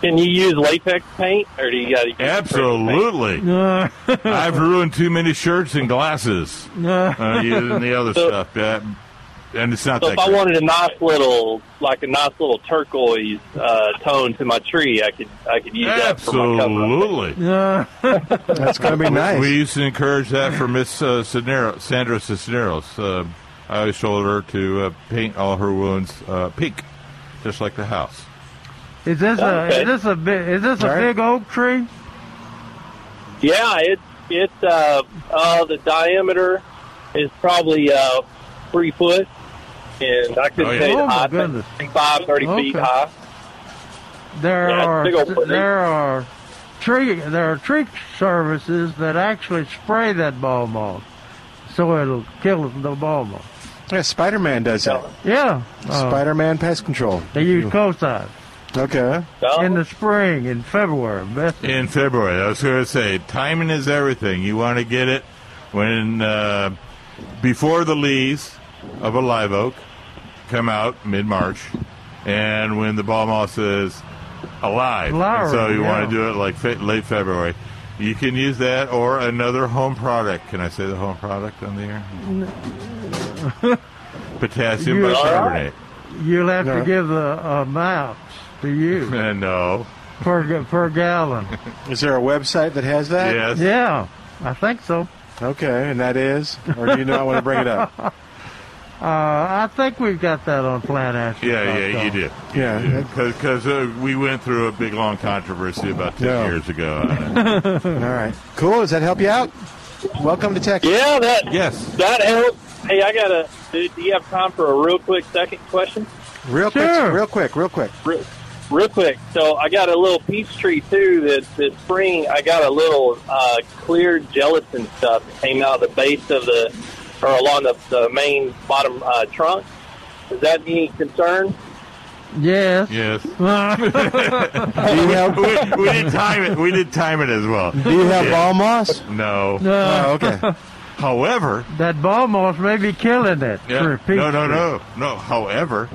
Can you use latex paint, or do you got to absolutely. No. I've ruined too many shirts and glasses No. uh, using the other So- stuff, uh, and it's not So that. if I great. wanted a nice little, like a nice little turquoise uh, tone to my tree, I could I could use that for my cover. Absolutely. No. That's going to be nice. We used to encourage that for Miss uh, Cisneros, Sandra Cisneros. Uh, I always told her to uh, paint all her wounds uh, pink, just like the house. Is this a Okay. is this a big is this a All right. big oak tree? Yeah, it's it's uh, uh, the diameter is probably uh, three foot, and I could Oh, yeah. say Oh, the my height, goodness. 25, 30 feet Okay. high. There Yeah, it's a big old are tree. there are tree there are tree services that actually spray that ball moth, so it'll kill the ball moth. Yeah, Spider Man does that. Yeah, uh, Spider Man pest control. they use cosign Okay. So, in the spring in February. *laughs* Best In February, I was going to say, timing is everything. You want to get it when uh, before the leaves of a live oak come out mid March, and when the ball moss is alive. Flowering, And so you yeah. want to do it like fe- late February. You can use that or another home product. Can I say the home product on the air? Potassium You- bicarbonate. You'll have No. uh, to give the amounts to you. Uh, *laughs* no, per ga- per gallon. Is there a website that has that? Yes. Yeah, I think so. Okay, and that is, or do you not want to bring it *laughs* up? Uh, I think we've got that on Plant Action. Yeah, yeah, you do. uh, Yeah. Because uh, we went through a big, long controversy about 10 Yeah. years ago on it. *laughs* All right. Cool. Does that help you out? Welcome to Texas. Yeah, that Yes. that helped. Hey, I got a. Do do you have time for a real quick second question? Real quick. Real quick. Real quick. Real, real quick. So I got a little peach tree too. That this spring I got a little uh, clear gelatin stuff that came out of the base of the or along the, the main bottom uh, trunk. Is that any concern? Yes. *laughs* Yes. we, have- *laughs* we, we did time it. We did time it as well. Do you have ball moss? No. No. Oh, okay. *laughs* However, That ball moss may be killing it. yeah, for peach no, no, tree. no, no. However,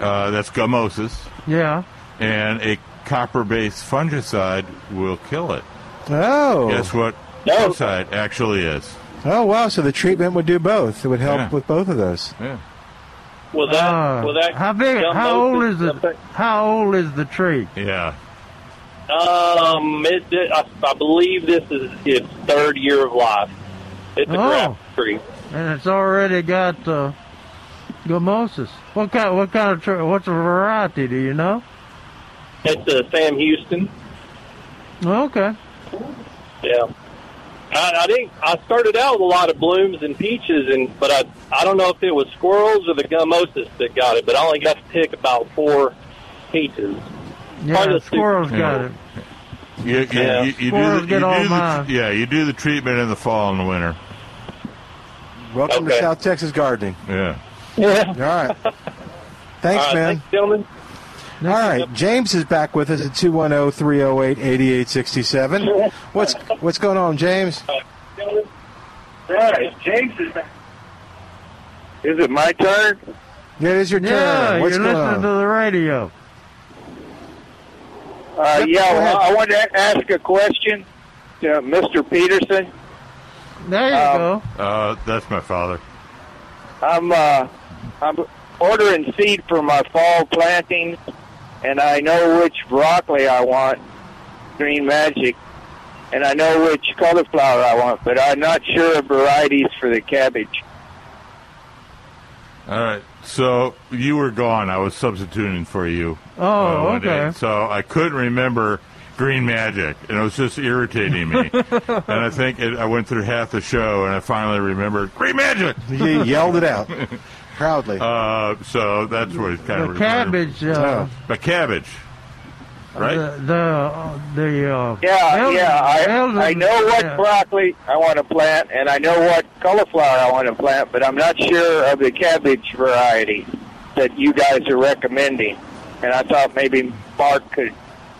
uh, that's gummosis, Yeah. and a copper-based fungicide will kill it. Oh. Guess what? Fungicide actually is. Oh wow! So the treatment would do both. It would help Yeah. with both of those. Yeah. Will that? Uh, will that? how big? gum How old motion is the? How old is the tree? Yeah. Um, it, it- I, I believe this is its third year of life. It's a Oh. grass tree. And it's already got uh, gummosis. What kind? What kind of? Tree, what's the variety? Do you know? It's a Sam Houston. Okay. Yeah. I, I think I started out with a lot of blooms and peaches, and but I I don't know if it was squirrels or the gummosis that got it, but I only got to pick about four peaches. Yeah, Probably the the squirrels soup. got Yeah. it. You, you, Yeah. you, you do Squirrels the, get you do all the- mine. yeah, you do the treatment in the fall and the winter. Welcome to Okay. South Texas gardening. Yeah. Yeah. All right. Thanks, All right, man. thanks, gentlemen. All right. James is back with us at 210-308-8867. What's what's going on, James? Right, James is back. Is it my turn? Yeah, it is your turn. Yeah, what's you're going listening on? to the radio. Uh, yeah, Go ahead. well, I wanted to ask a question to Mr. Peterson. There you Um, go. Uh, that's my father. I'm uh, I'm ordering seed for my fall planting, and I know which broccoli I want, Green Magic, and I know which cauliflower I want, but I'm not sure of varieties for the cabbage. All right. So you were gone. I was substituting for you. uh, Oh, one day. okay. So I couldn't remember Green Magic, and it was just *laughs* irritating me. and I think it, I went through half the show, and I finally remembered Green Magic. You yelled *laughs* it out proudly. Uh, so that's what it kind The of cabbage. Uh, The cabbage, right? The the uh, the. Uh, Yeah, elder- yeah, elder- I, I know what yeah. broccoli I want to plant, and I know what cauliflower I want to plant, but I'm not sure of the cabbage variety that you guys are recommending. And I thought maybe Mark could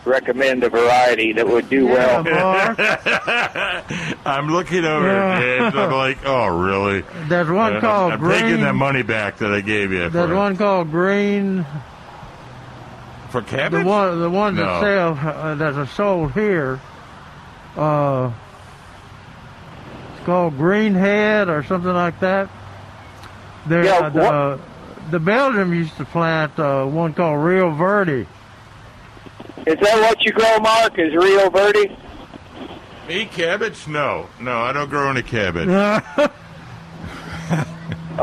recommend a variety that would do well. Yeah, Mark. *laughs* I'm looking over Yeah. at it, and I'm like, oh, really? There's one I'm- called I'm, green. taking that money back that I gave you There's for, one called green. for cabbage. The one the one that No. sell uh, that are sold here. Uh, it's called Greenhead or something like that. There, Yeah, uh, the, what- the Belgium used to plant uh, one called Rio Verde. Is that what you grow, Mark? Is Rio *laughs* Verde? Me cabbage? No, no, I don't grow any cabbage.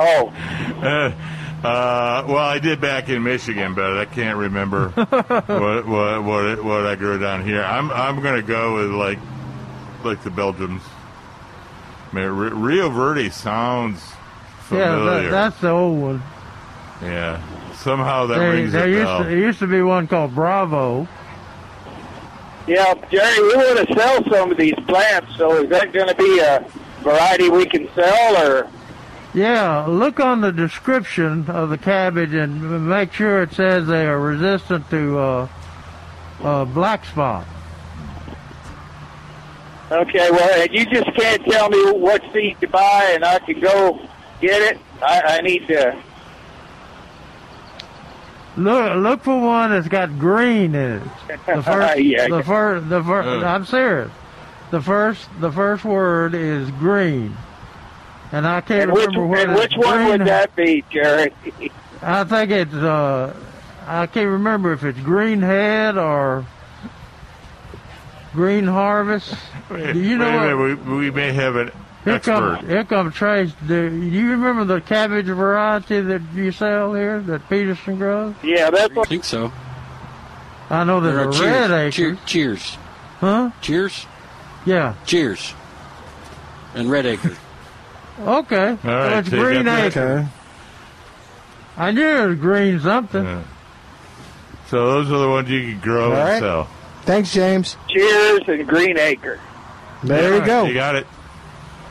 Oh, Uh, *laughs* uh, well, I did back in Michigan, but I *laughs* can't remember what what what, it, what I grew down here. I'm I'm gonna go with like like the Belgians. Man, Re- Rio Verde sounds yeah, familiar. that, that's the old one. yeah, somehow that There, rings a there used bell. to, there used to be one called Bravo. yeah, Jerry, we want to sell some of these plants, so is that going to be a variety we can sell, or Yeah, look on the description of the cabbage and make sure it says they are resistant to uh, uh, black spot. Okay, well, you just can't tell me what seed to buy, and I can go get it. I, I need to. Look, look for one that's got green in it. *laughs* The first, Yeah. the first, the first. Ugh. I'm serious. The first, the first word is green, and I can't And which, remember what. and which one would that be, Jerry? *laughs* I think it's. Uh, I can't remember if it's green head or Green Harvest. Do you know Wait a what? minute, we, we may have an Here expert. come, here come Trace. Do you remember the cabbage variety that you sell here, that Peterson grows? Yeah, that's I think so. I know Or there's a cheers. red acre. Cheer- cheers. Huh? Cheers. Yeah. Cheers. And red acre. Okay. All right, so it's so you green got that. acre. I knew it was green something. So those are the ones you can grow All right. and sell. Thanks, James. Cheers and Green Acre. There you go. You got it.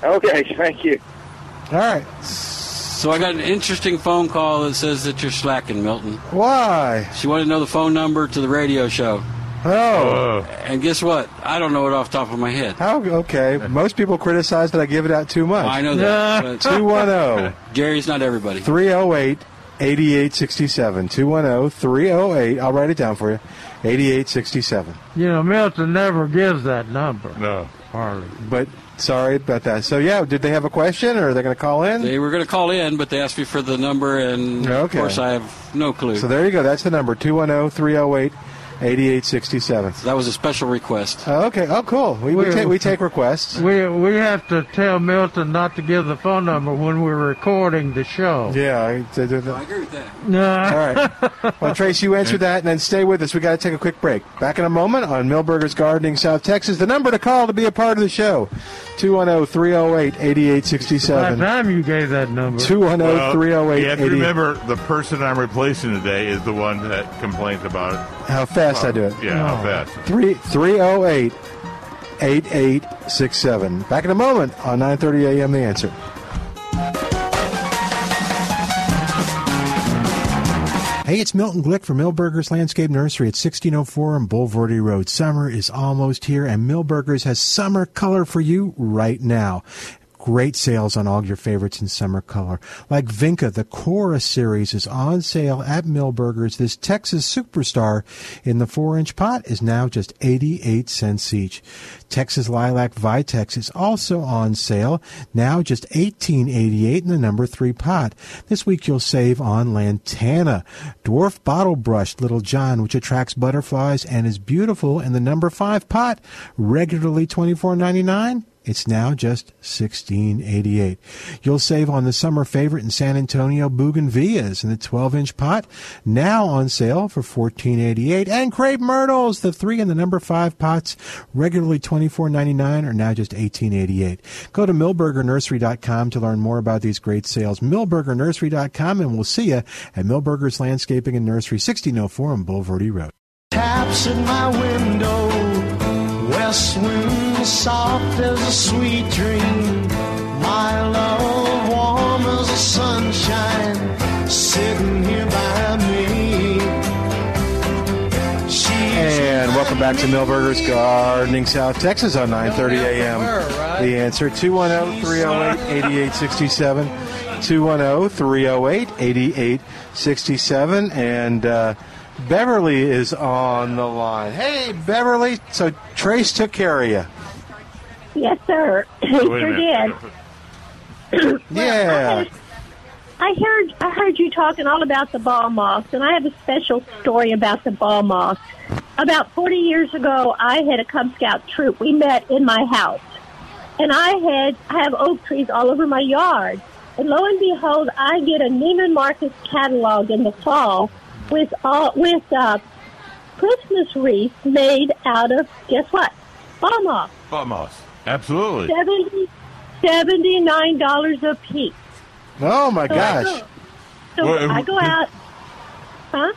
Okay, thank you. *laughs* All right. So I got an interesting phone call that says that you're slacking, Milton. Why? She wanted to know the phone number to the radio show. Uh. Oh. And guess what? I don't know it off the top of my head. How? Okay. Most people criticize that I give it out too much. oh, I know *laughs* that. but- 210 *laughs* Jerry's not everybody. 308 8867. 210 308. I'll write it down for you. 8867. You know, Milton never gives that number. No. Harley. But sorry about that. So, yeah, did they have a question or are they going to call in? They were going to call in, but they asked me for the number, and of Okay. course I have no clue. So there you go. That's the number oh, 210 308 8867. that was a special request. Oh, okay. Oh, cool. We, we, We're- take, we take requests. We we have to tell Milton not to give the phone number when we're recording the show. Yeah. I, agree with that. No. All *laughs* right. Well, Trace, you answer that and then stay with us. we got to take a quick break. Back in a moment on Millburgers Gardening, South Texas. The number to call to be a part of the show oh, 210 308 By the 8867. time you gave that number. 210 308 You have to remember the person I'm replacing today is the one that complains about it. How fast I do it. Yeah, Oh. how fast. Three three zero eight eight eight six seven. Back in a moment on 9:30 a.m. The answer. Hey, it's Milton Glick from Millburgers Landscape Nursery at 1604 on Boulevardy Road. Summer is almost here, and Millburgers has summer color for you right now. Great sales on all your favorites in summer color. Like Vinca, the Cora series is on sale at Millburgers. This Texas superstar in the 4 inch pot is now just 88 cents each. Texas Lilac Vitex is also on sale, now just $18.88 in the number 3 pot. This week you'll save on Lantana, dwarf bottle brush Little John, which attracts butterflies and is beautiful in the number 5 pot, regularly $24.99. It's now just $16.88. You'll save on the summer favorite in San Antonio, Bougainvilleas, in the 12-inch pot, now on sale for $14.88. And crepe myrtles, the three and the number five pots, regularly $24.99, are now just $18.88. Go to millburgernursery.com to learn more about these great sales. millburgernursery.com, and we'll see you at Millburgers Landscaping and Nursery, 1604 on Boulevardy Road. Taps at my window. West wind soft as a sweet dream. My love warm as the sunshine. Sitting here by me. And welcome back to Millburgers Gardening South Texas on 9:30 a.m. The answer oh, 210-308-8867 oh, 210-308-8867 and uh, Beverly is on the line. Hey Beverly, so Trace took care of you. Yes, sir. He Wait a sure did. minute. Yeah. I heard I heard you talking all about the ball moss, and I have a special story about the ball moss. About 40 years ago, I had a Cub Scout troop. We met in my house, and I had I have oak trees all over my yard. And lo and behold, I get a Neiman Marcus catalog in the fall with all with uh, Christmas wreaths made out of guess what? Ball moss. Vamos. Absolutely. Seventy seventy nine dollars a piece. Oh my So I go- gosh. So Well, I go it- out, huh?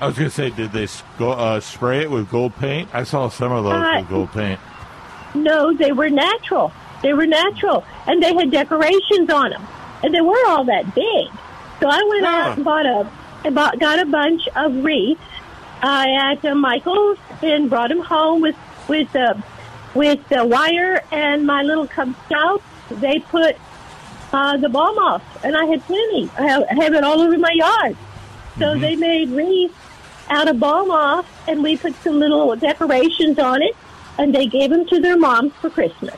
I was going to say, did they s- go, uh, spray it with gold paint? I saw some of those Uh, with gold paint. No, they were natural. They were natural, and they had decorations on them, and they were all that big. So I went out and bought a, I bought got a bunch of wreaths uh, at uh, Michael's and brought them home with with uh, with the wire and my little Cub Scouts. They put uh, the ball moss, and I had plenty. I have, I have it all over my yard. So Mm-hmm. they made wreaths out of ball moss, and we put some little decorations on it, and they gave them to their moms for Christmas.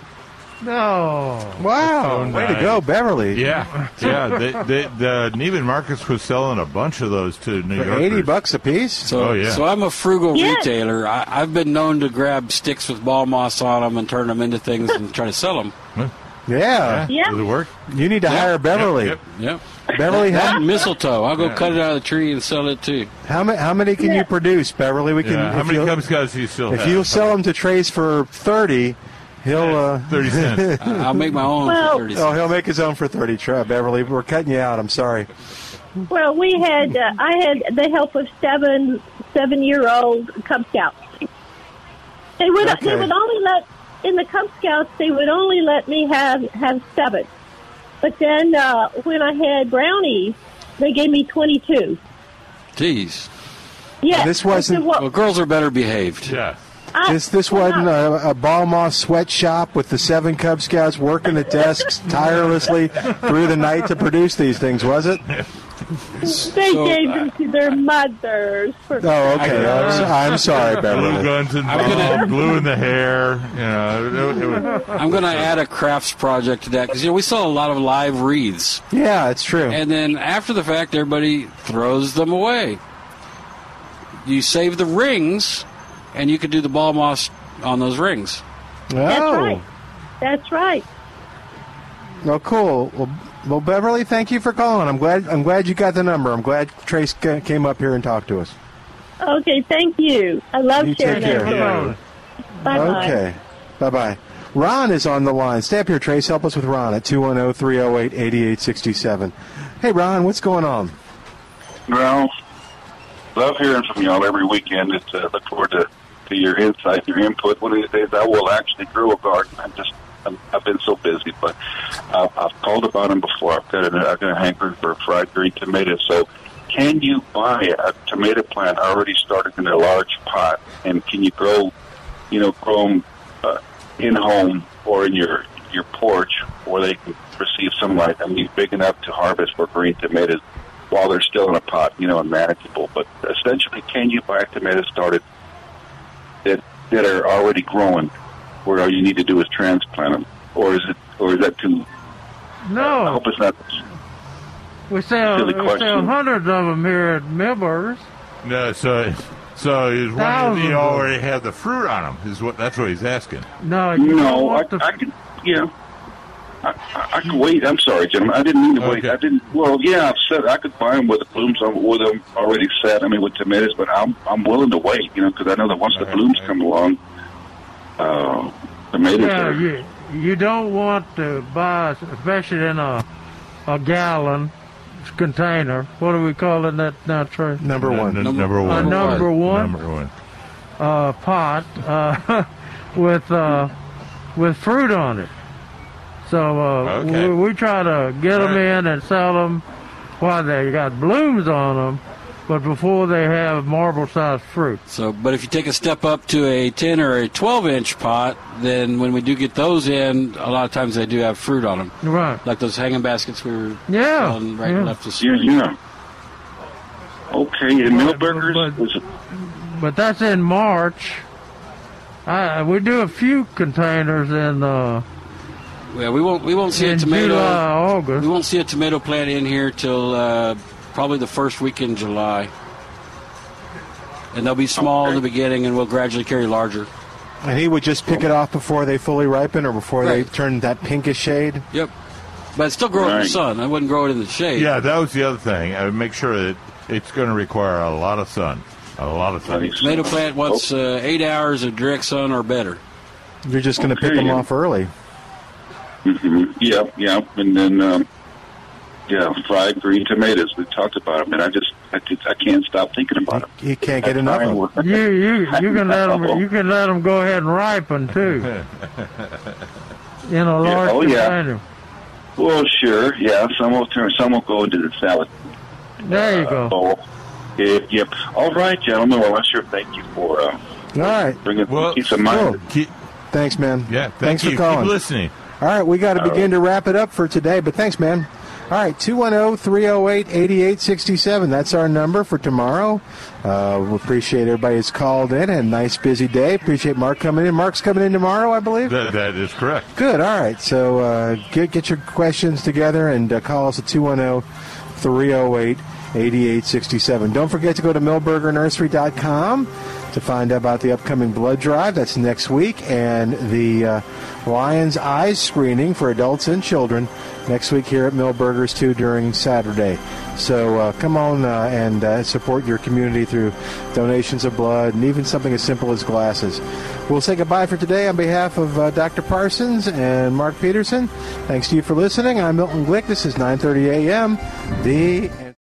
Oh. No. Wow. So Oh, Way to nice. go, Beverly. Yeah, *laughs* yeah. They, they, the Neiman Marcus was selling a bunch of those to New For Yorkers. 80 bucks a piece. So, oh yeah. Uh, So I'm a frugal Yes. retailer. I, I've been known to grab sticks with ball moss on them and turn them into things and try to sell *laughs* them. Yeah. Yeah. Does it work? You need to hire Beverly. Yep, Yep. Beverly, That and how, mistletoe. I'll go cut it out of the tree and sell it too. how, ma- how many can you produce, Beverly? We can. Yeah, How if many you'll- Cub Scouts do you still If have? you sell them to Trace for thirty, he'll uh, Thirty cents. *laughs* I- I'll make my own Well- for 30 oh cents. he'll make his own for thirty. Try Beverly, we're cutting you out. I'm sorry. Well, we had uh, I had the help of seven seven year old Cub Scouts. They would Okay. they would only let in the Cub Scouts they would only let me have have seven, but then uh, when I had brownies, they gave me twenty two. Jeez. Yeah, And this wasn't- Well, girls are better behaved. Yeah. This this wasn't a, a Balmoth sweatshop with the seven Cub Scouts working at desks tirelessly through the night to produce these things, *laughs* was it? They So, gave uh, them to their mothers. For, Oh, okay. I'm, s am sorry, Blue Beverly. guns I'm gonna- involved, blue in the hair. You know, it- it was- I'm going to add a crafts project to that because, you know, we sell a lot of live wreaths. Yeah, it's true. And then after the fact, everybody throws them away. You save the rings, and you could do the ball moss on those rings. That's Oh, right. That's right. well, cool. Well, well, Beverly, thank you for calling. I'm glad I'm glad you got the number. I'm glad Trace ca- came up here and talked to us. Okay, thank you. I love You sharing take care. that. yeah. Bye bye. Okay. Bye bye. Ron is on the line. Stay up here, Trace. Help us with Ron at oh, 210 308 8867. Hey, Ron, what's going on? Well, love hearing from y'all every weekend. It's uh, look forward to, to your insight, your input. One of these days, I will actually grow a garden. I'm just I'm, I've been so busy, but uh, I've called about them before. I've got an, I've got a hankering for fried green tomatoes. So, can you buy a tomato plant already started in a large pot, and can you grow, you know, grow 'em, uh, in home or in your your porch where they can receive sunlight? I mean, big enough to harvest for green tomatoes while they're still in a pot, you know, and manageable. But essentially, can you buy tomatoes started that that are already growing, where all you need to do is transplant them, or is it, or is that too? I No. hope it's not. We sell, we Silly sell question. hundreds of them here at Millburgers. No, so so he's wondering if Thousands. he already had the fruit on him. Is what that's what he's asking. No, you don't No, oh, I, want the I can. Yeah. I, I, I can wait. I'm sorry, gentlemen. I didn't mean to wait. Okay. I didn't. Well, yeah, I've said I could buy them with the blooms on, with them already set. I mean, with tomatoes, but I'm I'm willing to wait, you know, because I know that once the Right, blooms right. come along, uh, tomatoes Yeah, are you, you don't want to buy, especially in a a gallon container. What do we call it that now, Trey? Number one. N- n- number A one. Uh, number one Number one. uh, pot uh, *laughs* with uh, with fruit on it. So uh, Okay. we, we try to get them Right. in and sell them while they got blooms on them, but before they have marble-sized fruit. So, but if you take a step up to a 10 or a 12 inch pot, then when we do get those in, a lot of times they do have fruit on them. Right. Like those hanging baskets we were Yeah, selling right Oh, yeah. and left the Yeah, street. yeah. Okay, and Well, Millburgers but- was But that's in March. I, we do a few containers in. Uh, Yeah, we won't we won't see in a tomato July, we August. won't see a tomato plant in here till uh, probably the first week in July. And they'll be small in the beginning, and we'll gradually carry larger. And he would just pick it off before they fully ripen or before they Right. turn that pinkish shade. Yep. But still grow it in the Right. sun. I wouldn't grow it in the shade. Yeah, that was the other thing. I would make sure that it's going to require a lot of sun, a lot of sun. Tomato plant Oh. wants uh, eight hours of direct sun or better. You're just going to pick Okay. them off early. Mm-hmm. Yeah, yeah, and then um, yeah, fried green tomatoes. We talked about them, and I just I, just, I can't stop thinking about them. You can't get enough of them. You you you can let them you can let 'em go ahead and ripen *laughs* too. In a large oh, yeah. container. Well, sure, yeah. Some will turn. Some will go into the salad There you uh, go. bowl. Yep, yep. All right, gentlemen. Well, I sure thank you for uh, All right. bringing Well, peace of cool. mind. Keep, Thanks, man. yeah, thank Thanks you. for calling. Keep listening. All right, we got to begin to wrap it up for today, but thanks, man. All right, oh, 210 308 8867. That's our number for tomorrow. Uh, we appreciate everybody that's called in and nice busy day. Appreciate Mark coming in. Mark's coming in tomorrow, I believe. That, that is correct. Good. All right. So uh, get, get your questions together and uh, call us at 210 308 8867. Don't forget to go to millburgernursery.com to find out about the upcoming blood drive. That's next week. And the uh, Lion's Eyes screening for adults and children next week here at Millburgers, too, during Saturday. So uh, come on uh, and uh, support your community through donations of blood and even something as simple as glasses. We'll say goodbye for today on behalf of uh, Dr. Parsons and Mark Peterson. Thanks to you for listening. I'm Milton Glick. This is 9:30 a.m. The